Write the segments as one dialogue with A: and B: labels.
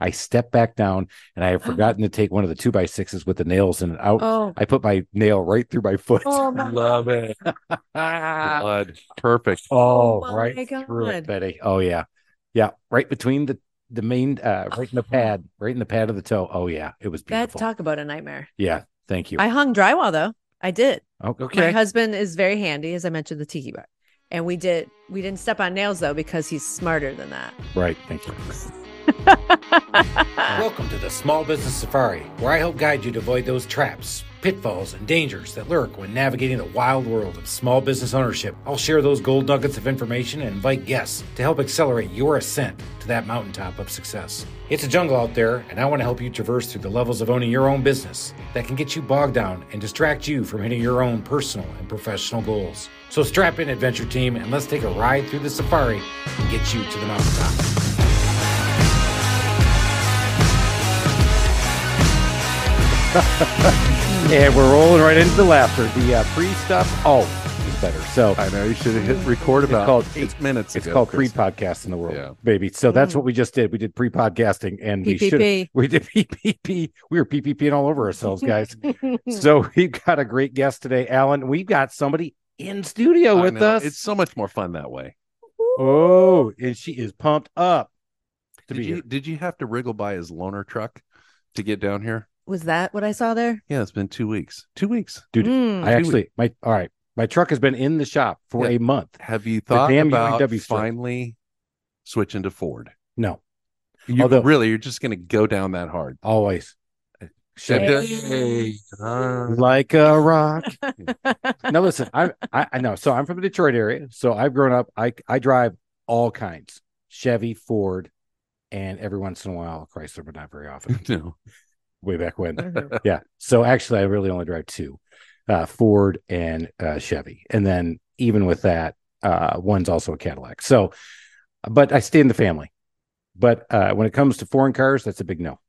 A: I step back down and I have forgotten to take one of the two by sixes with the nails in it out.
B: Oh,
A: I put my nail right through my foot.
B: oh my,
C: Love it.
A: Ah.
C: Blood. Perfect.
A: Oh,
B: my
A: right through it,
B: God.
A: Betty. Oh yeah, yeah, right between the the main, uh, right in the pad, right in the pad of the toe. Oh yeah, it was
B: Oh. that
A: beautiful.
B: talk about a nightmare.
A: yeah, thank you.
B: I hung drywall though. I did.
A: oh,
B: My
C: Okay.
B: husband is very handy, as I mentioned, the tiki bar. And we did we didn't step on nails though because he's smarter than that.
A: right, thank you.
B: I
A: Welcome to the Small Business Safari, where I help guide you to avoid those traps, pitfalls, and dangers that lurk when navigating the wild world of small business ownership. I'll share those gold nuggets of information and invite guests to help accelerate your ascent to that mountaintop of success. It's a jungle out there, and I want to help you traverse through the levels of owning your own business that can get you bogged down and distract you from hitting your own personal and professional goals. So strap in, adventure team, and let's take a ride through the safari and get you to the mountaintop. And we're rolling right into the laughter. The uh, pre stuff always is better. So
C: I know you should have hit record
A: It's
C: about
A: called-
C: eight minutes.
A: it's
C: ago,
A: called pre
C: Chris.
A: podcast in the world,
C: Yeah.
A: baby. So that's
B: Mm.
A: what we just did. We did pre podcasting and we should
B: PPP.
A: we did PPP. We were PPPing all over ourselves, guys. so we've got a great guest today, Alan. We've got somebody in studio
C: I
A: with
C: know.
A: us.
C: It's so much more fun that way.
A: Oh, and she is pumped up to
C: Did
A: be
C: you, did you have to wriggle by his loaner truck to get down here?
B: Was that what I saw there?
C: Yeah, it's been two weeks. Two weeks.
A: Dude,
B: Mm.
A: I actually my all right. My truck has been in the shop for
C: Yeah.
A: a month.
C: Have you E thought
A: damn
C: about
A: UAW strike.
C: finally switching to Ford?
A: No,
C: You
A: Although-
C: really, you're just going to go down that hard.
A: always. Should
C: And, uh,
B: Hey.
A: like a rock. now listen, I, I I know. So I'm from the Detroit area. So I've grown up. I I drive all kinds: Chevy, Ford, and every once in a while Chrysler, but not very often.
C: no.
A: Way back when,
B: Mhm.
A: yeah. So actually, I really only drive two: uh, Ford and uh, Chevy. And then even with that, uh, one's also a Cadillac. So, but I stay in the family. But uh, when it comes to foreign cars, that's a big no.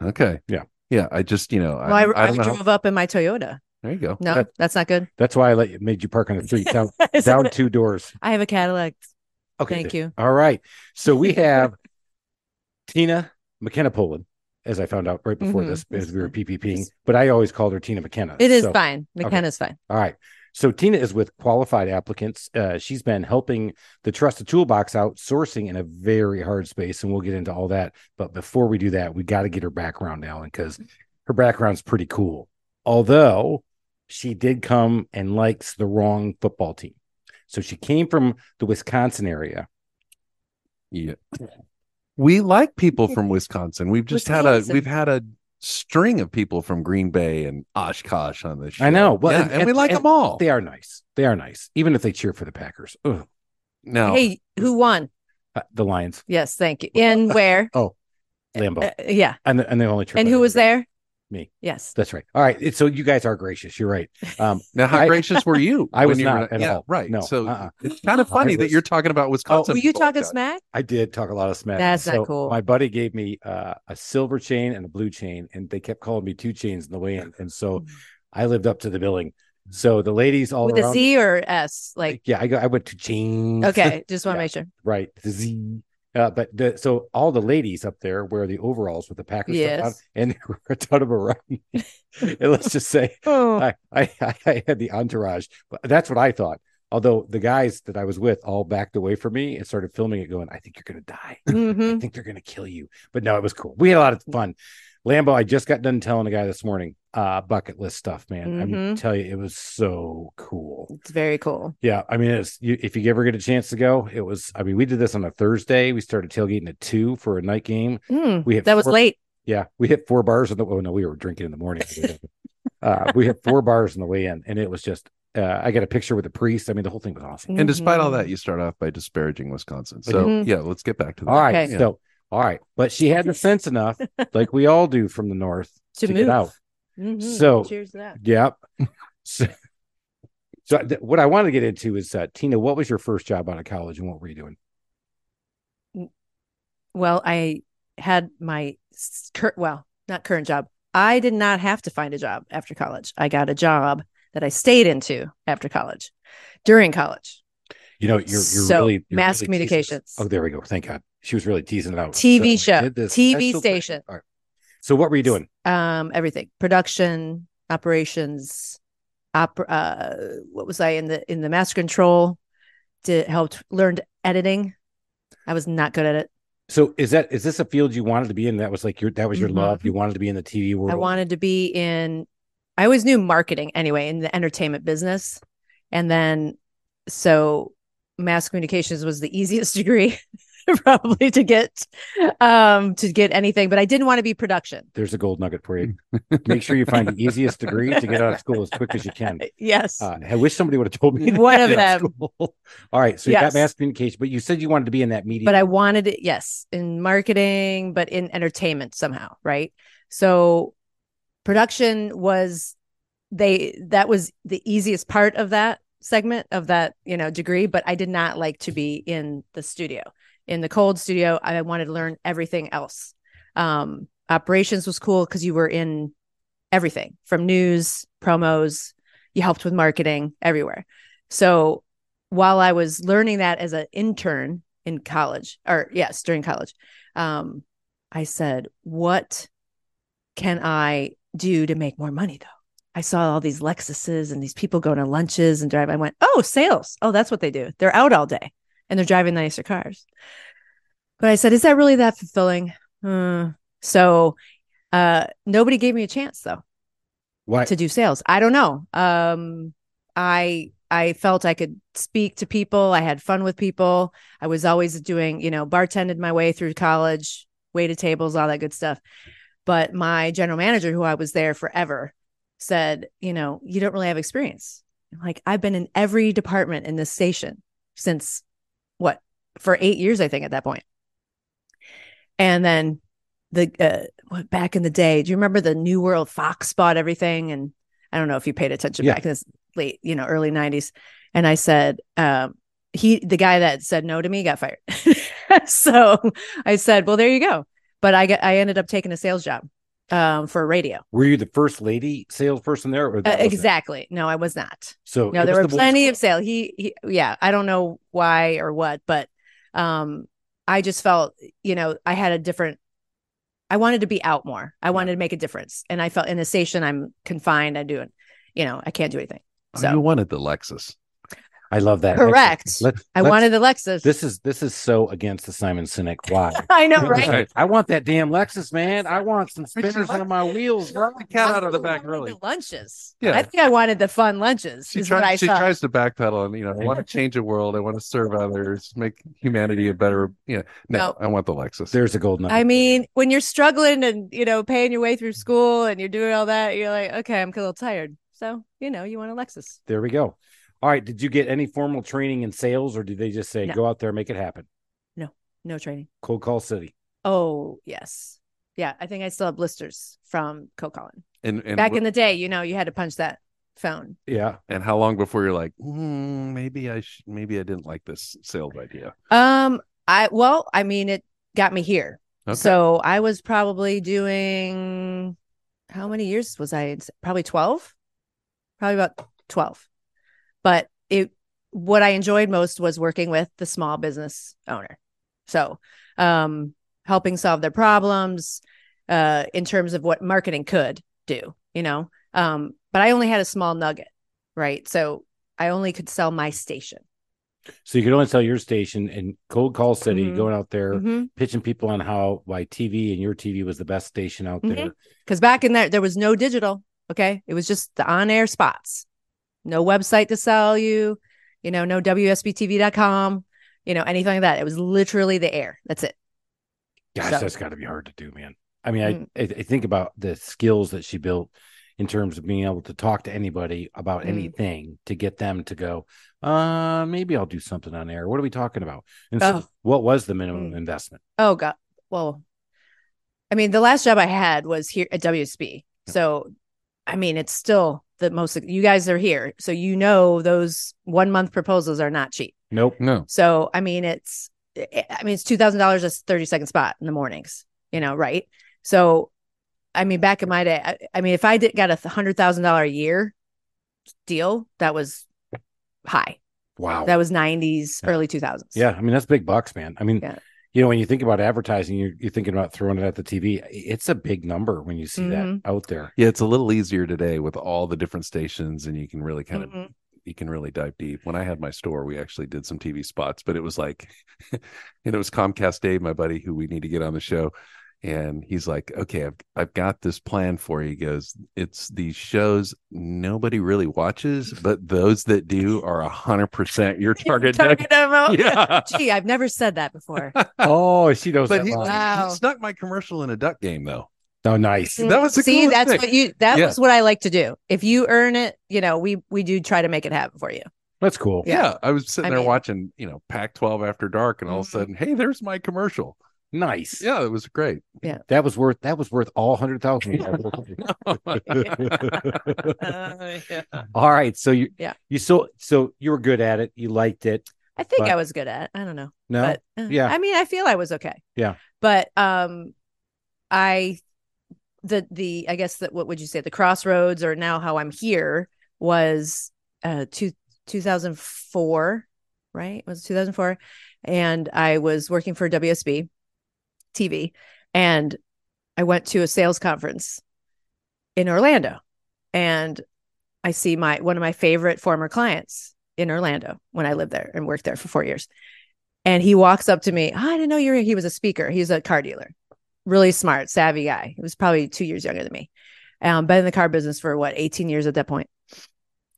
C: Okay.
A: Yeah.
C: Yeah. I just, you know,
B: Well, I,
C: I, I don't
B: I
C: know.
B: drove up in my Toyota.
C: There you go.
B: No,
A: That-
B: that's not good.
A: That's why I let you, made you park on the street down down two doors.
B: I have a Cadillac.
A: Okay,
B: Thank you.
A: All right. So we have Tina McKenna Poland, as I found out right before
B: Mhm.
A: this, as we were PPPing,
B: It's-
A: but I always called her Tina McKenna.
B: It is
A: So-
B: fine. McKenna's fine.
A: All right. So Tina is with qualified applicants. Uh, she's been helping the Trusted Toolbox out sourcing in a very hard space, and we'll get into all that. But before we do that, we got to get her background, Alan, because her background's pretty cool. Although she did come and likes the wrong football team. So she came from the Wisconsin area.
C: Yeah. We like people from Wisconsin. We've just had a
B: Wisconsin.
C: we've had a string of people from Green Bay and Oshkosh on this show.
A: I know. Well,
C: Well, yeah,
A: and-
C: and,
A: and-
C: we like
A: and
C: them all.
A: They are nice. They are nice, even if they cheer for the Packers. Ugh.
C: no.
B: Hey, who won?
A: Uh, the Lions,
B: Yes, thank you. And where?
C: Eh,
A: Lambo,
B: Uh, yeah.
A: and the, and the only trip.
B: And
A: I
B: who
A: ever
B: was
A: did.
B: there?
A: Oh, Me.
B: Yes.
A: That's right. All right. It's- so you guys are gracious. You're right. Um,
C: now how
A: I-
C: gracious were you?
A: I was
C: when you were-
A: not at
C: yeah,
A: all.
C: Right.
A: No,
C: so
A: uh-uh.
C: it's kind of funny
A: was-
C: that you're talking about Wisconsin.
B: Were you
C: people like
B: talking
C: that.
B: smack?
A: I did talk a lot of smack.
B: That's not
A: so
B: cool.
A: My buddy gave me uh, a silver chain and a blue chain, and they kept calling me two chains in the way in, and so I lived up to the billing. So the ladies all
B: Hmm. With a
A: around-
B: Z or S? Like,
A: yeah, I go. I went to chains.
B: okay, just want to
A: Yeah.
B: make sure.
A: right the Z. Uh, but the, so all the ladies up there wear the overalls with the Packers stuff on,
B: Yes.
A: and there were a ton of them around. me. and let's just say
B: Oh,
A: I, I I had the entourage, but that's what I thought. Although the guys that I was with all backed away from me and started filming it, going, "I think you're gonna die.
B: Mm-hmm.
A: I think they're gonna kill you." But no, it was cool. We had a lot of fun. Lambo, I just got done telling a guy this morning, uh, bucket list stuff, man. I
B: Mhm.
A: tell you, it was so cool.
B: It's very cool.
A: Yeah, I mean, it's, you, if you ever get a chance to go, it was. I mean, we did this on a Thursday. We started tailgating at two for a night game.
B: Mm,
A: We hit
B: that was
A: four-
B: late.
A: yeah, we hit four bars on the. Oh no, we were drinking in the morning. uh, we hit four bars on the way in, and it was just. Uh, I got a picture with the priest. I mean, the whole thing was awesome.
C: And despite all
B: Mhm.
C: that, you start off by disparaging Wisconsin. So
B: Mhm.
C: yeah, let's get back to that.
A: Mm-hmm. All right,
B: Okay.
A: so all right, but she had the sense enough, like we all do from the north,
B: To
A: get
B: move.
A: out.
B: Mhm.
A: So-
B: cheers to that.
A: Yep. So, so th- what I want to get into is uh, Tina. What was your first job out of college, and what were you doing?
B: Well, I had my s- cur- well, not current job. I did not have to find a job after college. I got a job that I stayed into after college, during college.
A: You know, you're you're
B: So,
A: really you're
B: mass
A: really teasing us.
B: communications.
A: Oh, there we go. Thank God. She was really teasing it out.
B: TV
A: So we
B: show,
A: did this
B: TV
A: special
B: station.
A: thing. All right. So what were you doing?
B: um everything production operations opera uh what was i in the in the master control did helped learned editing i was not good at it
A: So is that is this a field you wanted to be in? That was like your that was your
B: Mhm.
A: love. You wanted to be in the TV world.
B: i wanted to be in i always knew marketing anyway in the entertainment business and then so mass communications was the easiest degree probably to get um to get anything but i didn't want to be production
A: There's a gold nugget for you. Make sure you find the easiest degree to get out of school as quick as you can.
B: yes
A: Uh, I wish somebody would have told me.
B: One
A: that
B: of
A: in
B: them.
A: school. All right. So you
B: Yes.
A: got mass communication, but you said you wanted to be in that media.
B: but I wanted it, yes, in marketing, but in entertainment somehow, right? So production was they that was the easiest part of that segment of that, you know, degree, but I did not like to be in the studio. In the cold studio, I wanted to learn everything else. Um operations was cool cuz you were in everything from news, promos, you helped with marketing everywhere. So while I was learning that as an intern in college or yes during college um i said what can i do to make more money though i saw all these lexuses and these people going to lunches and drive i went oh sales oh that's what they do they're out all day and they're driving nicer cars but i said is that really that fulfilling Hmm. so uh nobody gave me a chance though
A: Why?
B: to do sales. I don't know. Um, I I felt I could speak to people. I had fun with people. I was always doing, you know, bartended my way through college, waited tables, all that good stuff. But my general manager, who I was there forever, said, you know, you don't really have experience. I'm like I've been in every department in this station since what for eight years, I think at that point. And then the uh, what- back in the day. Do you remember the New World Fox bought everything? And I don't know if you paid attention
A: Yeah.
B: back in this late, you know, early '90s. And I said, um, he, the guy that said no to me, got fired. so I said, well, there you go. But I got, I ended up taking a sales job um, for radio.
A: Were you the first lady salesperson there? Or
B: Uh,
A: that wasn't it?
B: exactly. No, I was not.
A: So
B: No,
A: it
B: there
A: was
B: were
A: the boys'
B: plenty of
A: club.
B: sale. He, he, yeah, I don't know why or what, but um, I just felt, you know, I had a different. I wanted to be out more. I wanted to make a difference, and I felt in a station I'm confined. I do it, you know, I can't do anything.
C: Oh,
B: So-
C: you wanted the Lexus.
A: I love that.
B: Correct.
A: Excellent. Let-
B: I
A: let's-
B: wanted the Lexus.
A: This is this is so against the Simon Sinek. Why?
B: I know,
A: It's
B: right?
A: like, I want that damn Lexus, man. I want some spinners on my wheels.
C: Let the cat out of the
B: I
C: bag
B: wanted
C: early.
B: The lunches.
C: Yeah.
B: I think I wanted the fun lunches.
C: She
B: is what I
C: tries. She
B: thought.
C: tries to backpedal, and you know, I want to change the world. I want to serve others, make humanity a better. You know, no,
B: No.
C: I want the Lexus.
A: There's a gold nugget.
B: I mean, when you're struggling and you know paying your way through school and you're doing all that, you're like, okay, I'm a little tired. So you know, you want a Lexus.
A: there we go. All right. Did you get any formal training in sales, or did they just say
B: No.
A: go out there and make it happen?
B: No training.
A: Cold call city.
B: Oh yes, yeah. I think I still have blisters from Coke Colin.
C: and and
B: Back
C: wh-
B: in the day, you know, you had to punch that phone.
A: Yeah.
C: and how long before you're like, "Mm, maybe I sh- maybe I didn't like this sales idea.
B: Um, I well, I mean, it got me here.
C: Okay.
B: So I was probably doing how many years was I? in s- Probably 12, probably about 12. But it, what I enjoyed most was working with the small business owner. So, um, helping solve their problems, uh, in terms of what marketing could do, you know. Um, but I only had a small nugget, right? So I only could sell my station.
A: So you could only sell your station in cold call city,
B: Mhm.
A: going out there
B: Mhm.
A: pitching people on how why TV and your TV was the best station out
B: Mhm.
A: there.
B: Because back in there, there was no digital. Okay. It was just the on air spots, no website to sell you, you know, no WSBTV.com, you know, anything like that. It was literally the air. That's it.
A: Gosh,
B: So-
A: that's got to be hard to do, man. I mean, I,
B: Mm.
A: I I think about the skills that she built in terms of being able to talk to anybody about
B: Mm.
A: anything to get them to go, uh, maybe I'll do something on air. What are we talking about? And so,
B: Oh.
A: what was the minimum investment?
B: Oh, God. Well, I mean, the last job I had was here at WSB. So, I mean, it's still the most, you guys are here. So, you know, those one month proposals are not cheap.
A: Nope.
C: No,
B: So I mean, it's eh, I mean, it's two thousand dollars a thirty second spot in the mornings. You know, right? So, I mean, back in my day, I, I mean, if I did got a hundred thousand dollar a year deal, that was high.
A: Wow.
B: That was nineties,
A: Yeah.
B: early two thousands.
A: yeah. I mean, that's big bucks, man. I mean,
B: Yeah.
A: you know, when you think about advertising, you're, you're thinking about throwing it at the TV. It's a big number when you see
B: Mhm.
A: that out there.
C: Yeah, it's a little easier today with all the different stations, and you can really kind of
B: Mhm.
C: you can really dive deep. When I had my store, we actually did some TV spots, but it was like, and it was Comcast Dave, my buddy, who we need to get on the show. And he's like, okay, I've, I've got this plan for you. He goes, it's these shows nobody really watches, but those that do are 100% your target.
B: Target demo.
C: yeah.
B: Gee, I've never said that before.
A: Oh, she knows
C: But
A: that
C: he,
A: line.
B: Wow.
C: he snuck my commercial in a duck game, though.
A: Oh,
B: Mm.
A: nice.
C: That was the
B: See,
C: coolest
B: that's
C: thing.
B: what you that
C: Yeah.
B: was what I like to do. If you earn it, you know, we we do try to make it happen for you.
A: That's cool.
C: Yeah. I was sitting
B: I
C: there
B: mean-
C: watching, you know, Pac 12 after dark, and all of a
B: Mhm.
C: sudden, hey, there's my commercial.
A: Nice.
C: Yeah, it was great.
A: That was worth that was worth all hundred thousand. all right. So you
B: Yeah.
A: you so so you were good at it. You liked it.
B: I think
A: But-
B: I was good at it. I don't know.
A: No.
B: but uh,
A: Yeah.
B: i mean i feel i was okay
A: Yeah.
B: but um i the the i guess that what would you say the crossroads or now how i'm here was uh two, 2004 right it was 2004 and i was working for wsb tv and i went to a sales conference in orlando and i see my one of my favorite former clients in orlando when i lived there and worked there for four years and he walks up to me. "Oh, I didn't know you were. He was a speaker. He's a car dealer, really smart, savvy guy. He was probably two years younger than me. Um, been in the car business for what, 18 years at that point.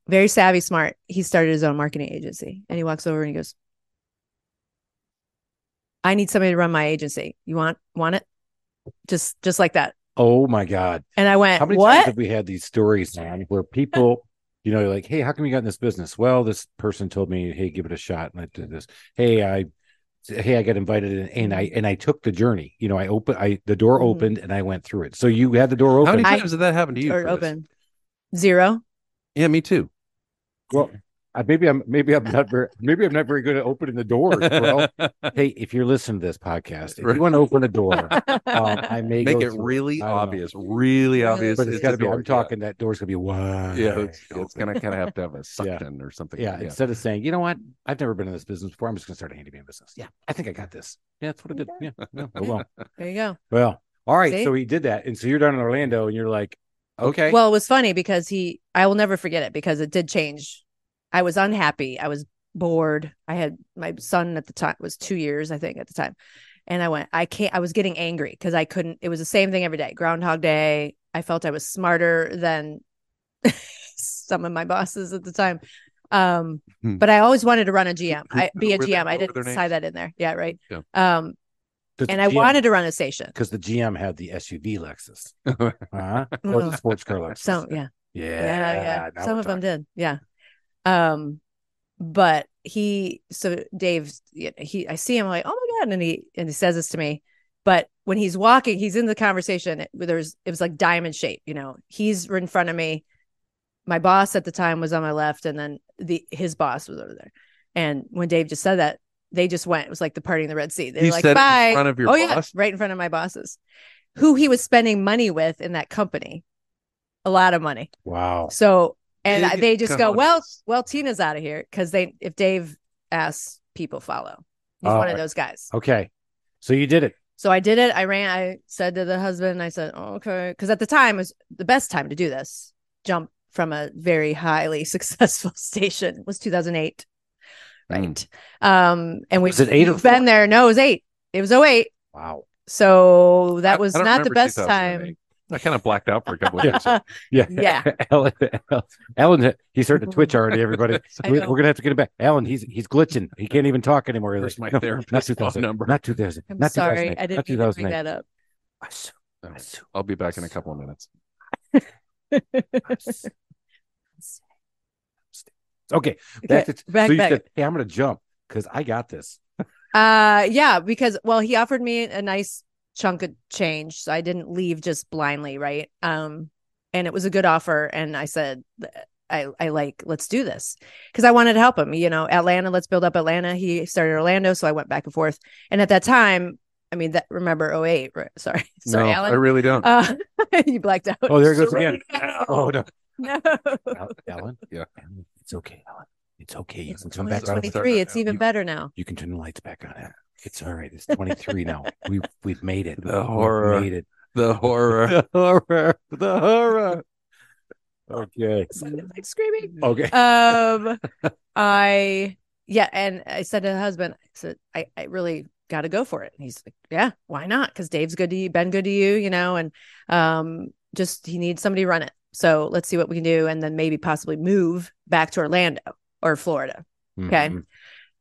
B: Very savvy, smart. He started his own marketing agency. And he walks over and he goes, I need somebody to run my agency. You want want it? Just just like that.
A: Oh my God.
B: And I went,
A: How many times
B: What?
A: have we had these stories on where people, you know, like, hey, how come you got in this business? Well, this person told me, hey, give it a shot, and I did this. Hey, I, hey, I got invited, in, and I and I took the journey. You know, I opened, I the door
B: Mhm.
A: opened, and I went through it. So you had the door
C: How
A: open.
C: many
B: I-
C: times did that happen to you?
B: Or
C: Chris?
B: open. Zero.
C: Yeah, me too.
A: well, I, maybe I'm maybe I'm not very maybe I'm not very good at opening the doors. Well, hey, if you're listening to this podcast, if
C: Right.
A: you want to open a door, um, I may
C: Make
A: go
C: it
A: through
C: really
A: I don't know.
C: obvious, really obvious.
A: But it's got to
C: a
A: be.
C: door,
A: I'm talking that door's gonna be wide.
C: Yeah, yeah it's,
A: open.
C: it's gonna kind of have to have a suction or something.
A: Yeah, instead of saying, you know what, I've never been in this business before. I'm just going to start a handyman business. Yeah, I think I got this. Yeah, that's what I did. Yeah, yeah, oh, well,
B: There you go.
A: well, all right.
B: See?
A: So he did that, and so you're down in Orlando, and you're like, okay,
B: Well, it was funny because he, I will never forget it because it did change. I was unhappy. I was bored. I had my son at the time was two years, I think, at the time. And I went, I can't, I was getting angry because I couldn't, it was the same thing every day. Groundhog Day. I felt I was smarter than some of my bosses at the time. Um,
C: Hmm.
B: but I always wanted to run a GM.
C: who-
B: I be a
C: were they-
B: GM. I
C: what were
B: didn't
C: their
B: tie
C: names?
B: that in there. Yeah, right.
C: Yeah.
B: Um, and I wanted to run a station.
A: because the GM had the SUV Lexus, uh-huh. That was a
B: Well,
A: sports car Lexus.
B: Mm-hmm. So yeah.
A: yeah,
B: yeah, yeah.
A: now
B: Some
A: we're
B: of them
A: talking.
B: did. Yeah. Um, but he, so Dave, he, I see him like, oh my god, and he and he says this to me. But when he's walking, he's in the conversation. it- There's it was like diamond shape, you know. He's in front of me. My boss at the time was on my left, and then the his boss was over there. And when Dave just said that, they just went. It was like the party in the Red Sea. They
C: you
B: were like,
C: said it in
B: bye
C: front of your
B: oh
C: boss.
B: yeah, right in front of my bosses, who he was spending money with in that company, a lot of money.
A: Wow.
B: So and
C: Big
B: I- they just go, well,
C: cojones.
B: well, Tina's out of here because they if Dave asks, people follow. He's
A: Oh,
B: one of
A: I-
B: those guys.
A: Okay, so you did it.
B: So I did it. I ran. I said to the husband, I said, oh, okay, because at the time was the best time to do this. Jump from a very highly successful station was 2008, right? Um, and we
A: Hmm. Was it eight oh or
B: we've been there. No, it was eight. It was 08.
A: Wow.
B: So that
C: I-
B: was
C: I don't
B: not the
C: remember
B: best time.
C: 2008. I kind of blacked out for a couple of years.
A: Yeah.
B: Yeah.
A: Alan, Alan, he's starting to twitch already. Everybody,
B: I
A: we, are
B: know.
A: gonna have to get him back. Alan, he's he's glitching. He can't even talk anymore.
C: Where's
A: Like, no,
C: my
A: not
C: therapist
A: two
C: phone
A: thousand
C: number?
A: Not two thousand.
B: I'm
A: not 2008,
B: sorry. I
A: Not
B: didn't
A: two
B: mean to
A: thousand
B: bring
A: eight.
B: that up.
A: I swear, I swear.
C: I'll be back in a couple of minutes.
A: okay,
B: Okay,
A: that's it.
B: back,
A: so you
B: back.
A: said, "Hey, I'm gonna jump because I got this."
B: Uh, yeah, because well, he offered me a nice chunk of change, so I didn't leave just blindly, right? Um, and it was a good offer, and I said, I I like let's do this because I wanted to help him. You know, Atlanta, let's build up Atlanta. He started Orlando, so I went back and forth. And at that time, I mean that remember 08, right? Sorry, sorry,
C: no, I
B: Alan.
C: really don't.
B: Uh, you blacked out.
A: Oh, there it goes again.
B: No.
A: Oh no,
B: No,
A: Al- Alan.
C: Yeah.
A: Alan, it's okay, Alan. It's okay. You
B: it's
A: can come back.
C: around.
B: 2023. It's even
A: You-
B: better now.
A: You can turn the lights back on. It's all right. It's 23 now. We we've made it.
C: The
A: We've
C: horror.
A: made it.
C: The horror.
A: The horror. The horror. Okay.
B: Sound effects screaming.
A: Okay.
B: um i yeah and i said to the husband i said i, I really got to go for it and he's like yeah why not because dave's good to you been good to you you know and um just he needs somebody to run it so let's see what we can do and then maybe possibly move back to orlando or florida okay.
A: Mhm.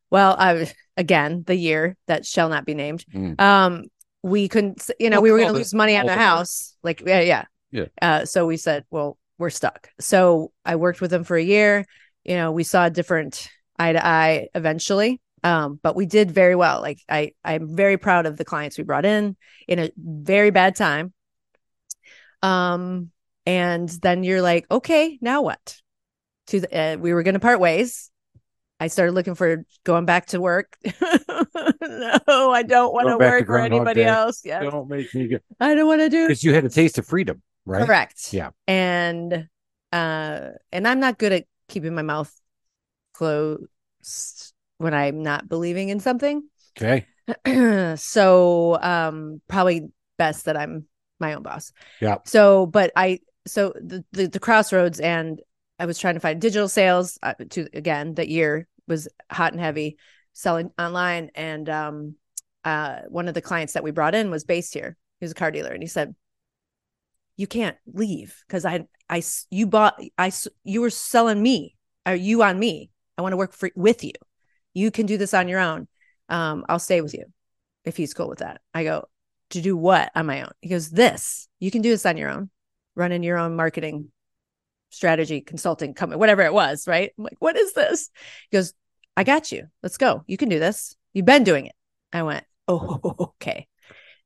B: well i again the year that shall not be named
C: Mm.
B: um we couldn't s- you know
C: We'll
B: we were
C: call
B: gonna
C: it
B: lose money on the
C: Baltimore.
B: house like yeah yeah
C: Yeah.
B: uh so we said well we're stuck so i worked with them for a year you know we saw different eye to eye eventually um but we did very well like i i'm very proud of the clients we brought in in a very bad time um and then you're like okay now what to the, uh, we were going to part ways i started looking for going back to work no i don't want
A: Going
B: to
A: back to
B: work for
A: Groundhog
B: anybody
A: Day.
B: else yeah
A: Don't make me go.
B: i don't want to do
A: Because you had a taste of freedom, right?
B: correct
A: Yeah.
B: and uh and i'm not good at keeping my mouth closed when i'm not believing in something
A: Okay.
B: so um probably best that i'm my own boss
A: Yeah.
B: so but i so the the, the crossroads and i was trying to find digital sales uh, to again that year was hot and heavy selling online and um uh one of the clients that we brought in was based here he was a car dealer and he said you can't leave because i i s- you bought i s- you were selling me are you on me i want to work for with you you can do this on your own um i'll stay with you if he's cool with that i go to do what on my own he goes this you can do this on your own running your own marketing strategy consulting company whatever it was right i'm like what is this he goes i got you let's go you can do this you've been doing it i went oh okay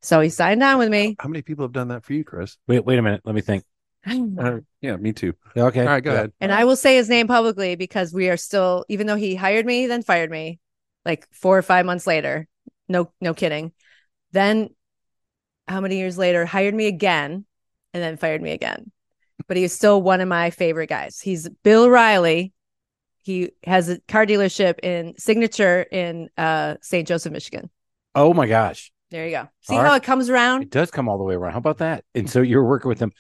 B: so he signed on with me
C: How many people have done that for you, Chris?
A: Wait, wait a minute. Let me think.
C: Uh, yeah, me too.
A: Okay.
C: All right, go
A: Yeah.
C: ahead.
B: And I will say his name publicly because we are still, even though he hired me, then fired me, like four or five months later. No, no kidding. Then how many years later, hired me again and then fired me again. But he is still one of my favorite guys. He's Bill Riley. He has a car dealership in Signature in uh St. Joseph, Michigan.
A: Oh my gosh.
B: There you go. See
A: All
B: how
A: right.
B: it comes
A: It
B: around?
A: does come all the way around. How about that? And so you're working with them,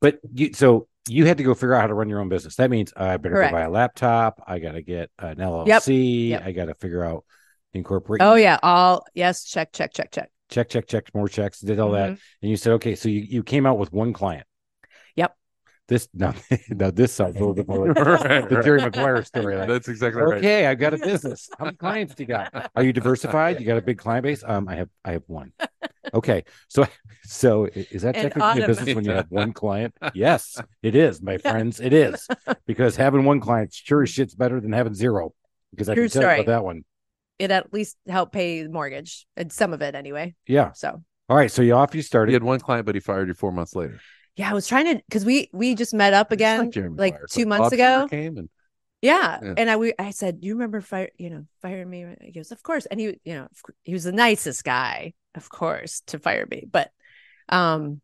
A: but you so you had to go figure out how to run your own business. That means I better
B: Correct.
A: go buy a laptop. I got to get an LLC.
B: Yep.
A: I got to figure out incorporate.
B: Oh yeah. All yes, check, check, check, check.
A: check, check, check, more checks. Did all that,
B: Mhm.
A: and you said okay. So you you came out with one client.
B: Yep.
A: This now now this sounds a little bit more like
C: Right,
A: the
C: right.
A: Jerry Maguire story. Like,
C: That's exactly right.
A: okay, I've got a business. How many clients do you got? Are you diversified? You got a big client base? Um, I have I have one. Okay, so so i- is that
B: And
A: technically a
B: autumn-
A: business when you have one client? Yes, it is, my friends. It is because having one client sure as shit's better than having zero. Because I
B: True
A: can tell you about
B: story.
A: that one.
B: It at least helped pay the mortgage and some of it anyway.
A: Yeah.
B: So
A: All right. So you off you started.
C: You had one client, but he fired you four months later.
B: Yeah, I was trying to because we we just met up
C: It's
B: again
C: Jerry
B: like
C: Maguire. It's
B: two months
C: Bob Seger
B: ago.
C: Came and
B: Yeah.
C: Yeah.
B: and I we I said, "You remember fire? You know, firing me?" He goes, "Of course." And he, you know, of cou- he was the nicest guy, of course, to fire me. But, um,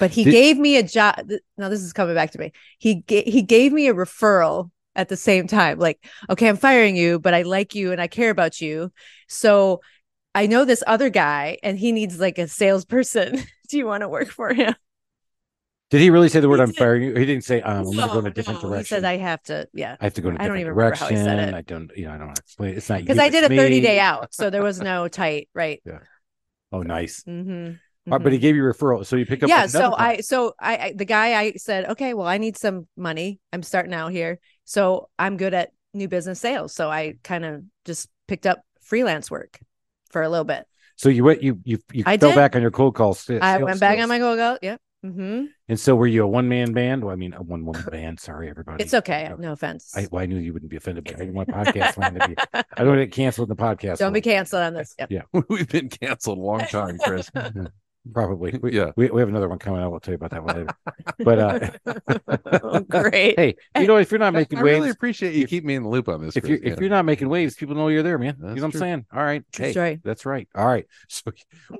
B: but he
A: Did-
B: gave me a job. Now this is coming back to me. He ga- he gave me a referral at the same time. Like, okay, I'm firing you, but I like you and I care about you, so I know this other guy, and he needs like a salesperson. Do you want to work for him?
A: Did he really say the word
B: He
A: "I'm
B: did.
A: firing you"? He didn't say um, "I'm going to go in a
B: No,
A: different
B: no, He
A: direction."
B: said, "I have to." Yeah,
A: I have to go in a
B: I don't
A: different
B: even remember how he
A: direction.
B: said it.
A: I don't, you know, I don't know how to explain. it. It's not you,
B: because I did a
A: it's
B: 30
A: me.
B: day out, so there was no tight right.
A: Oh, nice.
B: Mm-hmm.
A: All right, but he gave you referral, so you picked up.
B: yeah,
A: another
B: so
A: client.
B: I, so I, I, the guy I said, okay, well, I need some money. I'm starting out here, so I'm good at new business sales. So I kind of just picked up freelance work for a little bit.
A: So you went, you you you
B: I
A: fell
B: did.
A: back on your cold calls.
B: I went back on my go go. Yep. Mm-hmm.
A: And so were you a one man band? Well, I mean, a one woman band. Sorry, everybody.
B: It's okay.
A: Okay.
B: No offense.
A: I, well, I knew you wouldn't be offended, but I didn't want podcast land to be. I don't want it canceled in the podcast.
B: Don't be
A: land.
B: canceled on this. Yep.
C: we've been canceled a long time, Chris.
A: probably. We,
C: yeah.
A: we, we have another one coming out. We'll tell you about that one later. But uh,
B: Oh, great.
A: hey, you know, if you're not making
C: I
A: waves,
C: really appreciate you keep me in the loop on this.
A: if you're
C: Chris.
A: if
C: Yeah.
A: you're not making waves, people know you're there, man. you
C: That's
A: know what
C: true.
A: I'm saying? All right.
B: True
A: hey,
B: story.
A: That's right. All right. So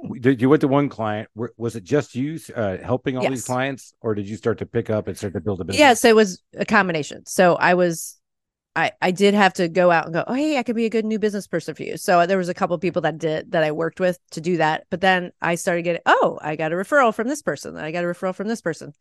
A: we- did you went to one client? Were- Was it just you uh, helping all these
B: Yes.
A: clients, or did you start to pick up and start to build a business?
B: Yes, it was a combination. So I was, I, I did have to go out and go, oh, hey, I could be a good new business person for you. So there was a couple people that did that I worked with to do that. But then I started getting, oh, I got a referral from this person. I got a referral from this person.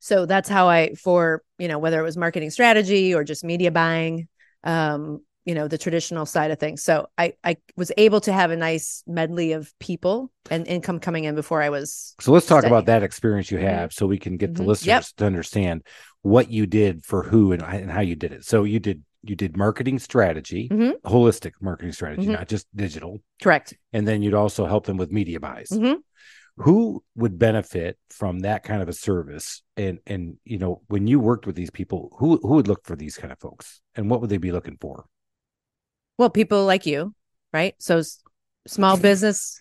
B: So that's how I, for, you know, whether it was marketing strategy or just media buying, um, you know, the traditional side of things. So I, I was able to have a nice medley of people and income coming in before I was
A: So let's talk
B: Study.
A: about that experience you have so we can get the
B: Mhm.
A: listeners
B: Mm-hmm. Yep.
A: to understand what you did for who and, and how you did it. So you did you did marketing strategy,
B: Mhm.
A: holistic marketing strategy,
B: Mhm.
A: not just digital.
B: correct.
A: And then you'd also help them with media buys.
B: Mhm.
A: Who would benefit from that kind of a service? And and you know, when you worked with these people, who who would look for these kind of folks and what would they be looking for?
B: Well, people like you, right? So s- small business